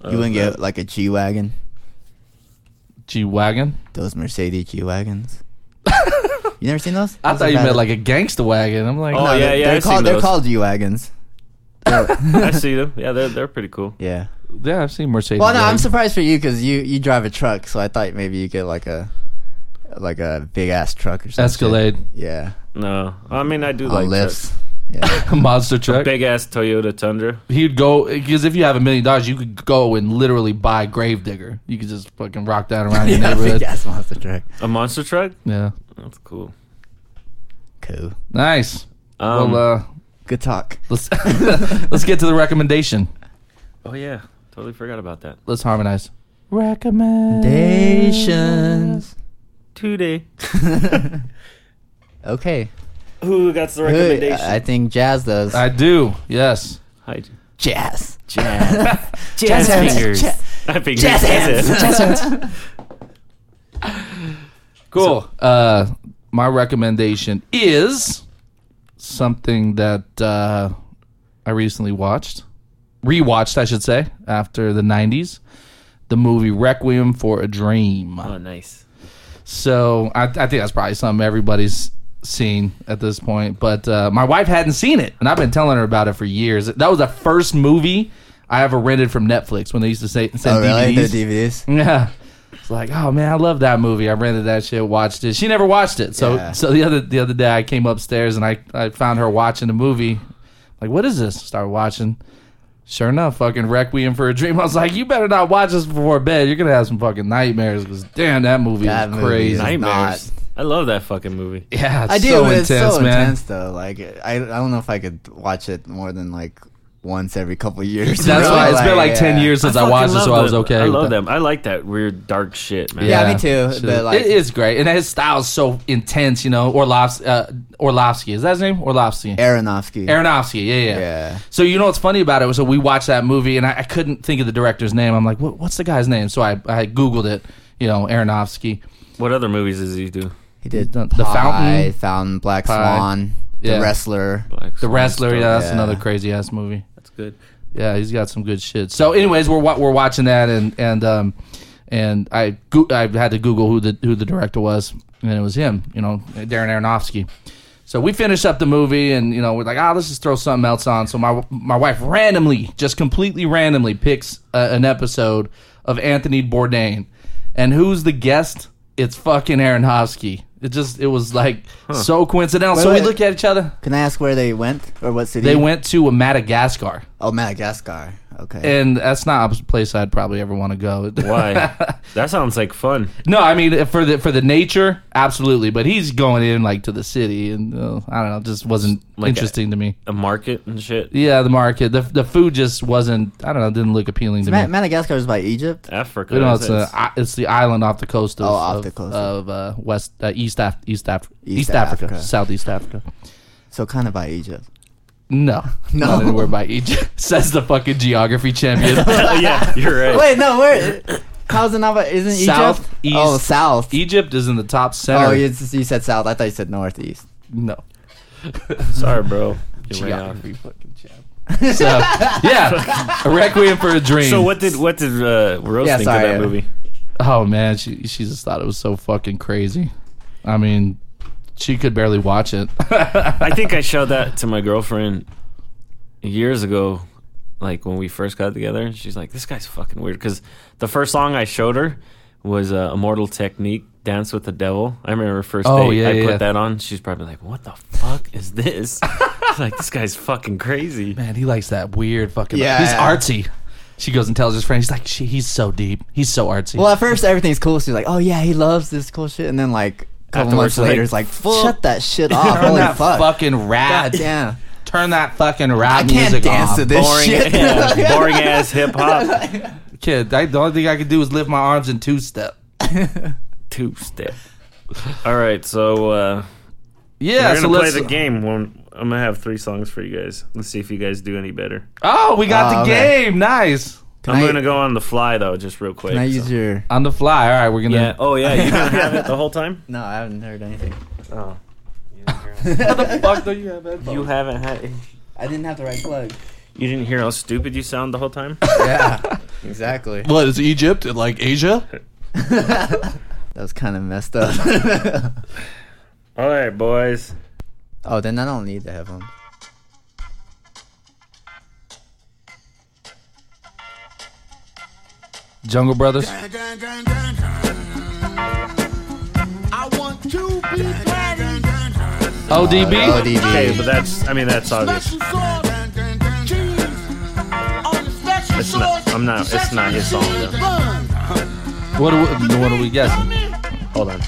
Speaker 4: Oh,
Speaker 3: Uh,
Speaker 5: You wouldn't get like a G wagon.
Speaker 4: G wagon.
Speaker 5: Those Mercedes G wagons. you never seen those?
Speaker 4: I
Speaker 5: Those
Speaker 4: thought
Speaker 5: are
Speaker 4: you
Speaker 5: bad.
Speaker 4: meant like a gangster wagon. I'm like,
Speaker 3: Oh,
Speaker 5: No,
Speaker 3: yeah,
Speaker 5: they're-
Speaker 3: yeah,
Speaker 5: They're
Speaker 3: I've
Speaker 5: called
Speaker 3: seen
Speaker 5: they're
Speaker 3: those.
Speaker 5: called G wagons.
Speaker 3: I see them. Yeah, they're they're pretty cool.
Speaker 5: Yeah.
Speaker 4: yeah, I've seen Mercedes.
Speaker 5: Well, no, I'm
Speaker 4: wagon.
Speaker 5: surprised for you because you you drive a truck, so I thought maybe you get like a like a big ass truck or something.
Speaker 4: Escalade,
Speaker 5: Yeah.
Speaker 3: No, I mean I do
Speaker 5: A
Speaker 3: like
Speaker 5: lifts. Yeah.
Speaker 4: monster truck.
Speaker 3: big ass Toyota Tundra.
Speaker 4: He'd go because if you have a million dollars, you could go and literally buy Gravedigger. You could just fucking rock that around your
Speaker 5: yeah
Speaker 4: neighborhood.
Speaker 5: big ass monster truck.
Speaker 3: A monster truck.
Speaker 4: Yeah,
Speaker 3: That's cool.
Speaker 5: Cool.
Speaker 4: nice.
Speaker 3: Um,
Speaker 4: well, uh,
Speaker 5: Good talk.
Speaker 4: let's let's get to the recommendation.
Speaker 3: oh yeah, totally forgot about that.
Speaker 4: Let's harmonize. Recommendation.
Speaker 5: Dations.
Speaker 3: Today,
Speaker 5: Okay.
Speaker 3: who got the
Speaker 5: Good.
Speaker 3: recommendation?
Speaker 5: I think Jazz does.
Speaker 4: I do. Yes.
Speaker 3: Hi,
Speaker 5: jazz.
Speaker 3: jazz, jazz,
Speaker 5: hands.
Speaker 3: fingers,
Speaker 5: Ja-
Speaker 3: Not fingers,
Speaker 5: Jazz hands.
Speaker 3: hands.
Speaker 5: Jazz hands.
Speaker 4: Cool. uh, my recommendation is something that uh, I recently watched, rewatched, I should say, after the '90s, the movie Requiem for a Dream.
Speaker 3: Oh, nice.
Speaker 4: So I, I think that's probably something everybody's seen at this point. But uh, my wife hadn't seen it, and I've been telling her about it for years. That was the first movie I ever rented from Netflix when they used to say, send
Speaker 5: Oh, really?
Speaker 4: DVDs.
Speaker 5: The DVDs.
Speaker 4: Yeah. It's like, oh man, I love that movie. I rented that shit, watched it. She never watched it. So
Speaker 5: Yeah.
Speaker 4: so the other the other day I came upstairs and I, I found her watching the movie. Like, what is this? Started watching. Sure enough, fucking Requiem for a Dream. I was like, you better not watch this before bed. You're gonna have some fucking nightmares because damn that movie
Speaker 5: That
Speaker 4: is
Speaker 5: movie
Speaker 4: crazy.
Speaker 5: is- Night-
Speaker 3: Nightmares. I love that fucking movie.
Speaker 4: yeah, it's
Speaker 5: I do.
Speaker 4: so
Speaker 5: but
Speaker 4: intense,
Speaker 5: it's so
Speaker 4: man.
Speaker 5: intense, though. Like, I, I don't know if I could watch it more than like once every couple of years.
Speaker 4: That's
Speaker 5: Really,
Speaker 4: why it's been like ten
Speaker 5: yeah.
Speaker 4: years since I,
Speaker 3: fucking
Speaker 4: watched it, so
Speaker 3: love
Speaker 4: I was
Speaker 3: them.
Speaker 4: okay.
Speaker 3: I
Speaker 4: with
Speaker 3: love
Speaker 4: that.
Speaker 3: them. I like that weird dark shit, man.
Speaker 5: Yeah. me too,
Speaker 4: Shit.
Speaker 5: but, like-
Speaker 4: it is great, and his style's so intense. You know, Orlovsky. Uh, Orlovsky is that his name? Orlovsky.
Speaker 5: Aronofsky.
Speaker 4: Aronofsky, yeah, yeah.
Speaker 5: Yeah.
Speaker 4: So you know what's funny about it was so we watched that movie and I, I couldn't think of the director's name. I'm like, what, what's the guy's name? So I, I googled it. You know, Aronofsky.
Speaker 3: What other movies does he do?
Speaker 5: he did
Speaker 4: The-
Speaker 5: the,
Speaker 4: The Fountain.
Speaker 5: Fountain, Fountain, Black
Speaker 4: Pie.
Speaker 5: Swan,
Speaker 4: Yeah.
Speaker 5: The Wrestler.
Speaker 3: Black
Speaker 4: The
Speaker 3: Swan
Speaker 4: wrestler.
Speaker 3: stuff.
Speaker 4: Yeah, that's
Speaker 5: Yeah.
Speaker 4: another crazy ass movie.
Speaker 3: that's good.
Speaker 4: Yeah, he's got some good shit. So, anyways, we're wa- we're watching that, and and um, and I go- I had to Google who the who the director was, and it was him. You know, Darren Aronofsky. So we finished up the movie, and you know we're like, ah, let's just throw something else on. So my my wife randomly, just completely randomly, picks uh, an episode of Anthony Bourdain, and who's the guest? It's fucking Aronofsky. It just it was like so coincidental. so
Speaker 5: wait.
Speaker 4: we look at each other.
Speaker 5: Can I ask where they went or what city?
Speaker 4: They went to Madagascar,
Speaker 5: Oh, Madagascar. Okay.
Speaker 4: and that's not a place I'd probably ever want to go.
Speaker 3: Why? that sounds like fun.
Speaker 4: No, I mean for the for the nature, absolutely. But he's going in like to the city, and uh, I don't know, it just wasn't
Speaker 3: Like a-
Speaker 4: interesting to me.
Speaker 3: A market and shit.
Speaker 4: Yeah, the market, the the food just wasn't. I don't know, didn't look appealing to
Speaker 5: Ma-
Speaker 4: me.
Speaker 5: Madagascar is by Egypt.
Speaker 3: Africa.
Speaker 4: You know, it's,
Speaker 3: that's
Speaker 4: a,
Speaker 3: it.
Speaker 4: i- it's the island off the coast of,
Speaker 5: Oh, off
Speaker 4: of,
Speaker 5: the coast.
Speaker 4: of uh, West uh, East Af- East, Af- East,
Speaker 5: East
Speaker 4: Africa.
Speaker 5: Africa.
Speaker 4: Southeast Africa.
Speaker 5: So kind of by Egypt.
Speaker 4: No,
Speaker 5: No.
Speaker 4: not anywhere by Egypt. Says the fucking geography champion.
Speaker 3: Oh, yeah, you're right.
Speaker 5: Wait, no, where? How's it not by? Isn't
Speaker 4: South,
Speaker 5: Egypt?
Speaker 4: east,
Speaker 5: oh, south.
Speaker 4: Egypt is in the top center.
Speaker 5: Oh, you, you said south. I thought you said northeast.
Speaker 4: No,
Speaker 3: Sorry, bro. You ran off.
Speaker 4: geography fucking champion. so yeah, a requiem for a dream.
Speaker 3: So what did what did uh, Rose
Speaker 5: Yeah,
Speaker 3: think of
Speaker 5: sorry,
Speaker 3: that
Speaker 5: uh,
Speaker 3: movie?
Speaker 4: Oh man, she she just thought it was so fucking crazy. I mean, she could barely watch it.
Speaker 3: I think I showed that to my girlfriend years ago, like when we first got together. And she's like, "This guy's fucking weird." Because the first song I showed her was uh, "Immortal Technique." Dance with the Devil. I remember her first
Speaker 4: Oh,
Speaker 3: date.
Speaker 4: yeah,
Speaker 3: I
Speaker 4: yeah.
Speaker 3: put that on. She's probably like, "What the fuck is this?" She's like, "This guy's fucking crazy."
Speaker 4: man, he likes that weird fucking.
Speaker 5: Yeah.
Speaker 4: he's artsy. She goes and tells his friend, he's like, she, he's so deep. He's so artsy.
Speaker 5: Well, at first everything's cool. So you're like, oh yeah, he loves this cool shit, and then like couple
Speaker 3: Afterwards,
Speaker 5: months
Speaker 3: like,
Speaker 5: later, it's like,
Speaker 3: fuck.
Speaker 5: shut that shit off.
Speaker 4: Turn
Speaker 5: Holy
Speaker 4: that
Speaker 5: fuck.
Speaker 4: fucking rap.
Speaker 5: God damn.
Speaker 4: Turn that fucking rap
Speaker 5: I can't
Speaker 4: music
Speaker 5: dance
Speaker 4: off.
Speaker 5: to this
Speaker 4: Boring
Speaker 5: shit.
Speaker 3: Yeah, boring ass hip hop
Speaker 4: Kid, I, the only thing I could do is lift my arms in two step.
Speaker 3: two step. All right, so uh,
Speaker 4: Yeah,
Speaker 3: we're
Speaker 4: so
Speaker 3: gonna play
Speaker 4: let's.
Speaker 3: the game. One, I'm gonna have three songs for you guys. Let's see if you guys do any better.
Speaker 4: Oh, we got
Speaker 5: Oh,
Speaker 4: the
Speaker 5: okay.
Speaker 4: game. Nice.
Speaker 5: Can
Speaker 3: I'm
Speaker 5: I-
Speaker 3: gonna go on the fly though, just real quick.
Speaker 5: Can I
Speaker 3: so-
Speaker 5: use your.
Speaker 4: On the fly. All right, we're gonna.
Speaker 3: yeah. Oh yeah, you didn't have it the whole time.
Speaker 5: No, I haven't heard anything.
Speaker 3: Oh,
Speaker 4: What the fuck do you have headphones?
Speaker 3: you haven't had.
Speaker 5: I didn't have the right plug.
Speaker 3: You didn't hear how stupid you sound the whole time.
Speaker 5: Yeah, exactly.
Speaker 4: What is Egypt? Like Asia?
Speaker 5: that was kind of messed up.
Speaker 3: All right, boys.
Speaker 5: oh, then I don't need the headphones.
Speaker 4: Jungle Brothers. ODB.
Speaker 5: ODB.
Speaker 3: Okay, but that's. I mean, that's obvious. It's not. I'm not. It's not his song though.
Speaker 4: What do we, what do we guessing?
Speaker 3: Hold on.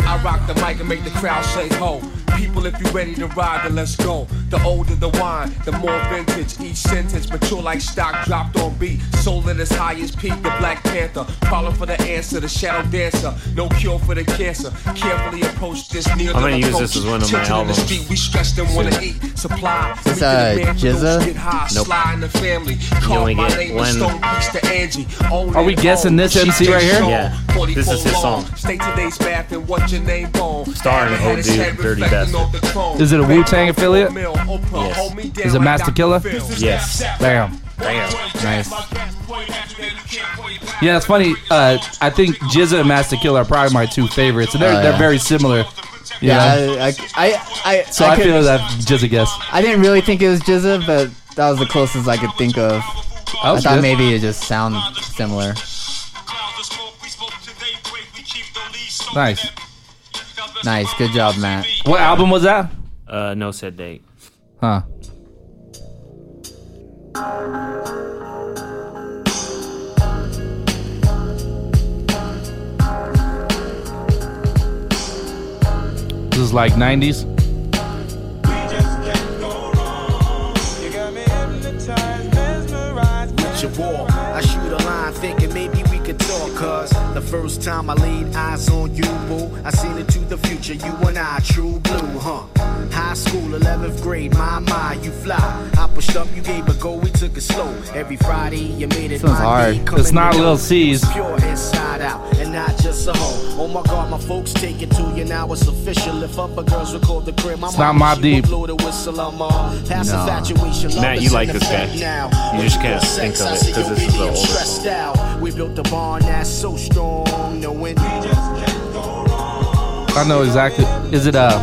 Speaker 6: I rock the mic and make the crowd shake ho. People, if you ready to ride, then let's go. The older the wine, the more vintage. Each sentence mature like stock dropped on beat. Soul at its highest peak, the Black Panther. Calling for the answer, the shadow dancer. No cure for the cancer. Carefully approach this near
Speaker 3: I'm gonna use this as one of my albums.
Speaker 6: We stress them wanna eat supply.
Speaker 5: This,
Speaker 6: We get
Speaker 5: uh,
Speaker 6: the band for those
Speaker 5: Jizza?
Speaker 6: get high,
Speaker 3: Nope.
Speaker 6: sly in the family.
Speaker 3: You only
Speaker 6: Call my
Speaker 3: get
Speaker 6: name
Speaker 3: one.
Speaker 6: is Stone Peaks to Angie. Own
Speaker 4: Are we
Speaker 6: it
Speaker 4: guessing
Speaker 6: all.
Speaker 4: this
Speaker 6: She
Speaker 4: MC right
Speaker 6: just
Speaker 4: here?
Speaker 6: shown
Speaker 3: Yeah.
Speaker 6: 44
Speaker 3: This is his
Speaker 6: long.
Speaker 3: song.
Speaker 6: Stay today's bath and what's your name on.
Speaker 3: Starring
Speaker 6: Haven't had
Speaker 3: old
Speaker 6: his
Speaker 3: dude,
Speaker 6: head
Speaker 3: Dirty
Speaker 6: reflecting
Speaker 3: Bastard.
Speaker 6: on the throne.
Speaker 4: Is it a
Speaker 6: Back
Speaker 4: Wu-Tang
Speaker 6: up to
Speaker 4: affiliate?
Speaker 6: a mill. Oprah,
Speaker 3: Yes.
Speaker 6: hold me down
Speaker 4: Is it
Speaker 6: like
Speaker 4: Master
Speaker 6: Dr.
Speaker 4: Killer?
Speaker 6: Phil.
Speaker 3: Yes.
Speaker 4: Damn.
Speaker 5: Nice.
Speaker 4: Yeah, it's funny. Uh, I think Jizza and Master Killer are probably my two favorites, and they're,
Speaker 5: Oh, yeah.
Speaker 4: they're very similar. You
Speaker 5: Yeah,
Speaker 4: know?
Speaker 5: I, I, I, I,
Speaker 4: so I,
Speaker 5: could-
Speaker 4: feel that Jizza guess.
Speaker 5: I didn't really think it was Jizza, but that was the closest I could think of.
Speaker 4: That
Speaker 5: I
Speaker 4: was
Speaker 5: thought
Speaker 4: good.
Speaker 5: maybe it just sounded similar.
Speaker 4: Nice.
Speaker 5: Nice, good job, Matt.
Speaker 4: What album was that?
Speaker 3: Uh, no said date.
Speaker 4: Huh. This is like 90s.
Speaker 7: your wall. I shoot a line thinking maybe we could talk. Cause the first time I laid eyes on you, boo, I seen into the future. You and I, true blue, huh? High school, 11th grade, my, my, you fly. I pushed up, you gave a go, we took it slow. Every Friday, you made it.
Speaker 5: This one's
Speaker 7: my
Speaker 5: hard.
Speaker 7: day, coming
Speaker 4: It's not
Speaker 7: in
Speaker 4: Lil
Speaker 7: dope.
Speaker 4: C's.
Speaker 7: Pure inside out, and not just a hoe. Oh my god, my folks take it to you now, it's official. If other girls record the crib, I'm
Speaker 4: It's not Mobb Deep.
Speaker 7: Blow the whistle, I'm on. Pass
Speaker 5: No.
Speaker 7: infatuation, love
Speaker 3: Matt,
Speaker 7: is
Speaker 3: you
Speaker 7: in
Speaker 3: like this
Speaker 7: effect
Speaker 3: guy.
Speaker 7: Now.
Speaker 3: You just can't think of it, 'cause this is the oldest
Speaker 7: Stressed out. We built a barn that's so strong, no wind.
Speaker 4: I know exactly. Is it uh?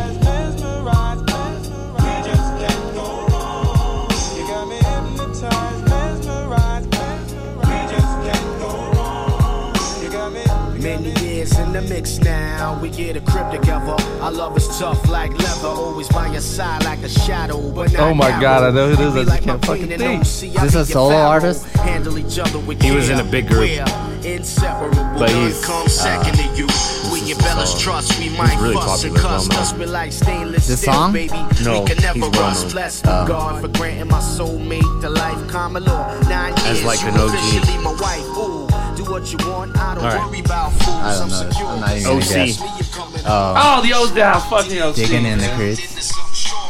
Speaker 7: Many years in the mix now, we get a crib together. Our love is tough like leather, always by your side like a shadow. But not
Speaker 4: Oh my
Speaker 7: narrow.
Speaker 4: God, I know who this is, I just
Speaker 7: You be my
Speaker 4: can't fucking
Speaker 7: queen and
Speaker 4: think.
Speaker 7: OC, I
Speaker 5: Is this
Speaker 7: be
Speaker 5: a
Speaker 7: your
Speaker 5: solo
Speaker 7: pharaoh.
Speaker 5: artist?
Speaker 7: Handle each other with
Speaker 3: He was in
Speaker 7: care.
Speaker 3: a big group.
Speaker 7: We're inseparable.
Speaker 3: But
Speaker 7: None
Speaker 3: he's- uh,
Speaker 7: come second to you. We
Speaker 3: is
Speaker 7: your
Speaker 3: the
Speaker 7: bella's
Speaker 3: song.
Speaker 7: trust, we might
Speaker 3: really
Speaker 7: fuss and
Speaker 3: popular,
Speaker 7: cuss.
Speaker 3: well-known.
Speaker 7: Us we like stainless
Speaker 5: This
Speaker 7: steel,
Speaker 5: song?
Speaker 7: baby.
Speaker 3: No,
Speaker 7: we can never
Speaker 3: he's well-known.
Speaker 7: rust. Bless the God for granting my soulmate the life common law. Nine
Speaker 3: As
Speaker 7: years,
Speaker 3: like
Speaker 7: you
Speaker 3: an OG.
Speaker 7: officially my wife. Ooh, do what you want, I don't
Speaker 3: All right.
Speaker 7: worry about fools.
Speaker 5: I don't
Speaker 7: I'm
Speaker 5: know this.
Speaker 7: secure.
Speaker 5: I'm not even
Speaker 3: OC.
Speaker 5: gonna guess. Oh,
Speaker 4: Oh, the old yeah, fuck the old
Speaker 5: digging in the crease.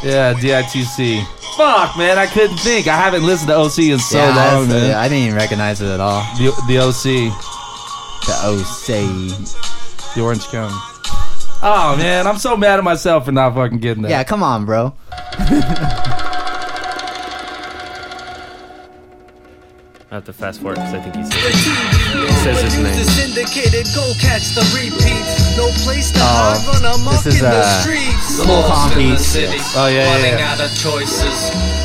Speaker 4: Yeah, DITC. Fuck, man, I couldn't think. I haven't listened to OC in so
Speaker 5: yeah, I,
Speaker 4: long,
Speaker 5: was-
Speaker 4: man.
Speaker 5: yeah, I didn't even recognize it at all.
Speaker 4: The, the OC,
Speaker 5: The OC.
Speaker 4: the Orange County. Oh man, I'm so mad at myself for not fucking getting that.
Speaker 5: Yeah, come on, bro.
Speaker 3: I have to fast forward because I think he says, he says his name.
Speaker 8: syndicated, go catch the repeats. No place to
Speaker 5: Oh,
Speaker 8: hide, run amok
Speaker 5: this is,
Speaker 8: in the
Speaker 5: uh,
Speaker 8: streets.
Speaker 5: Cool Compies.
Speaker 4: Oh, yeah, yeah,
Speaker 8: running
Speaker 4: yeah.
Speaker 8: out of choices,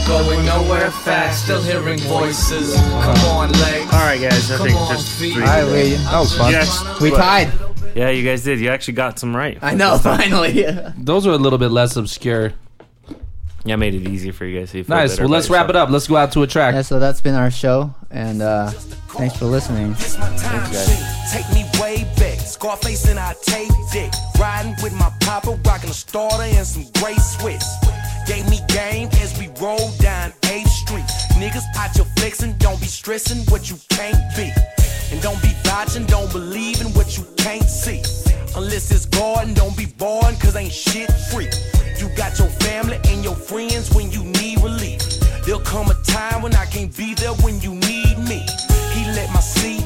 Speaker 8: going nowhere fast, still hearing voices. Come on, legs.
Speaker 3: All right, guys. I
Speaker 8: Come
Speaker 3: think
Speaker 8: on,
Speaker 3: just
Speaker 8: feet.
Speaker 3: three.
Speaker 5: Alright, we,
Speaker 4: that was fun.
Speaker 3: Yes.
Speaker 5: we tied.
Speaker 3: Yeah, you guys did. You actually got some right.
Speaker 5: I know, finally.
Speaker 4: Those are a little bit less obscure.
Speaker 3: Yeah, I made it easy for you guys. So you feel
Speaker 4: Nice.
Speaker 3: better
Speaker 4: Well,
Speaker 3: about
Speaker 4: let's wrap it
Speaker 3: yourself.
Speaker 4: up. Let's go out to a track.
Speaker 5: yeah, so that's been our show, and uh, thanks for listening.
Speaker 6: This my time machine. Take me way back. Scarface and I taped it. Riding with my papa, rocking a starter and some gray Swiss. Gave me game as we rolled down 8th Street. Niggas out your flexing, don't be stressing what you can't be. And don't be vouching, don't believe in what you can't see. Unless it's God and don't be born, cause ain't shit free. You got your family and your friends when you need relief. There'll come a time when I can't be there when you need me. He let my seed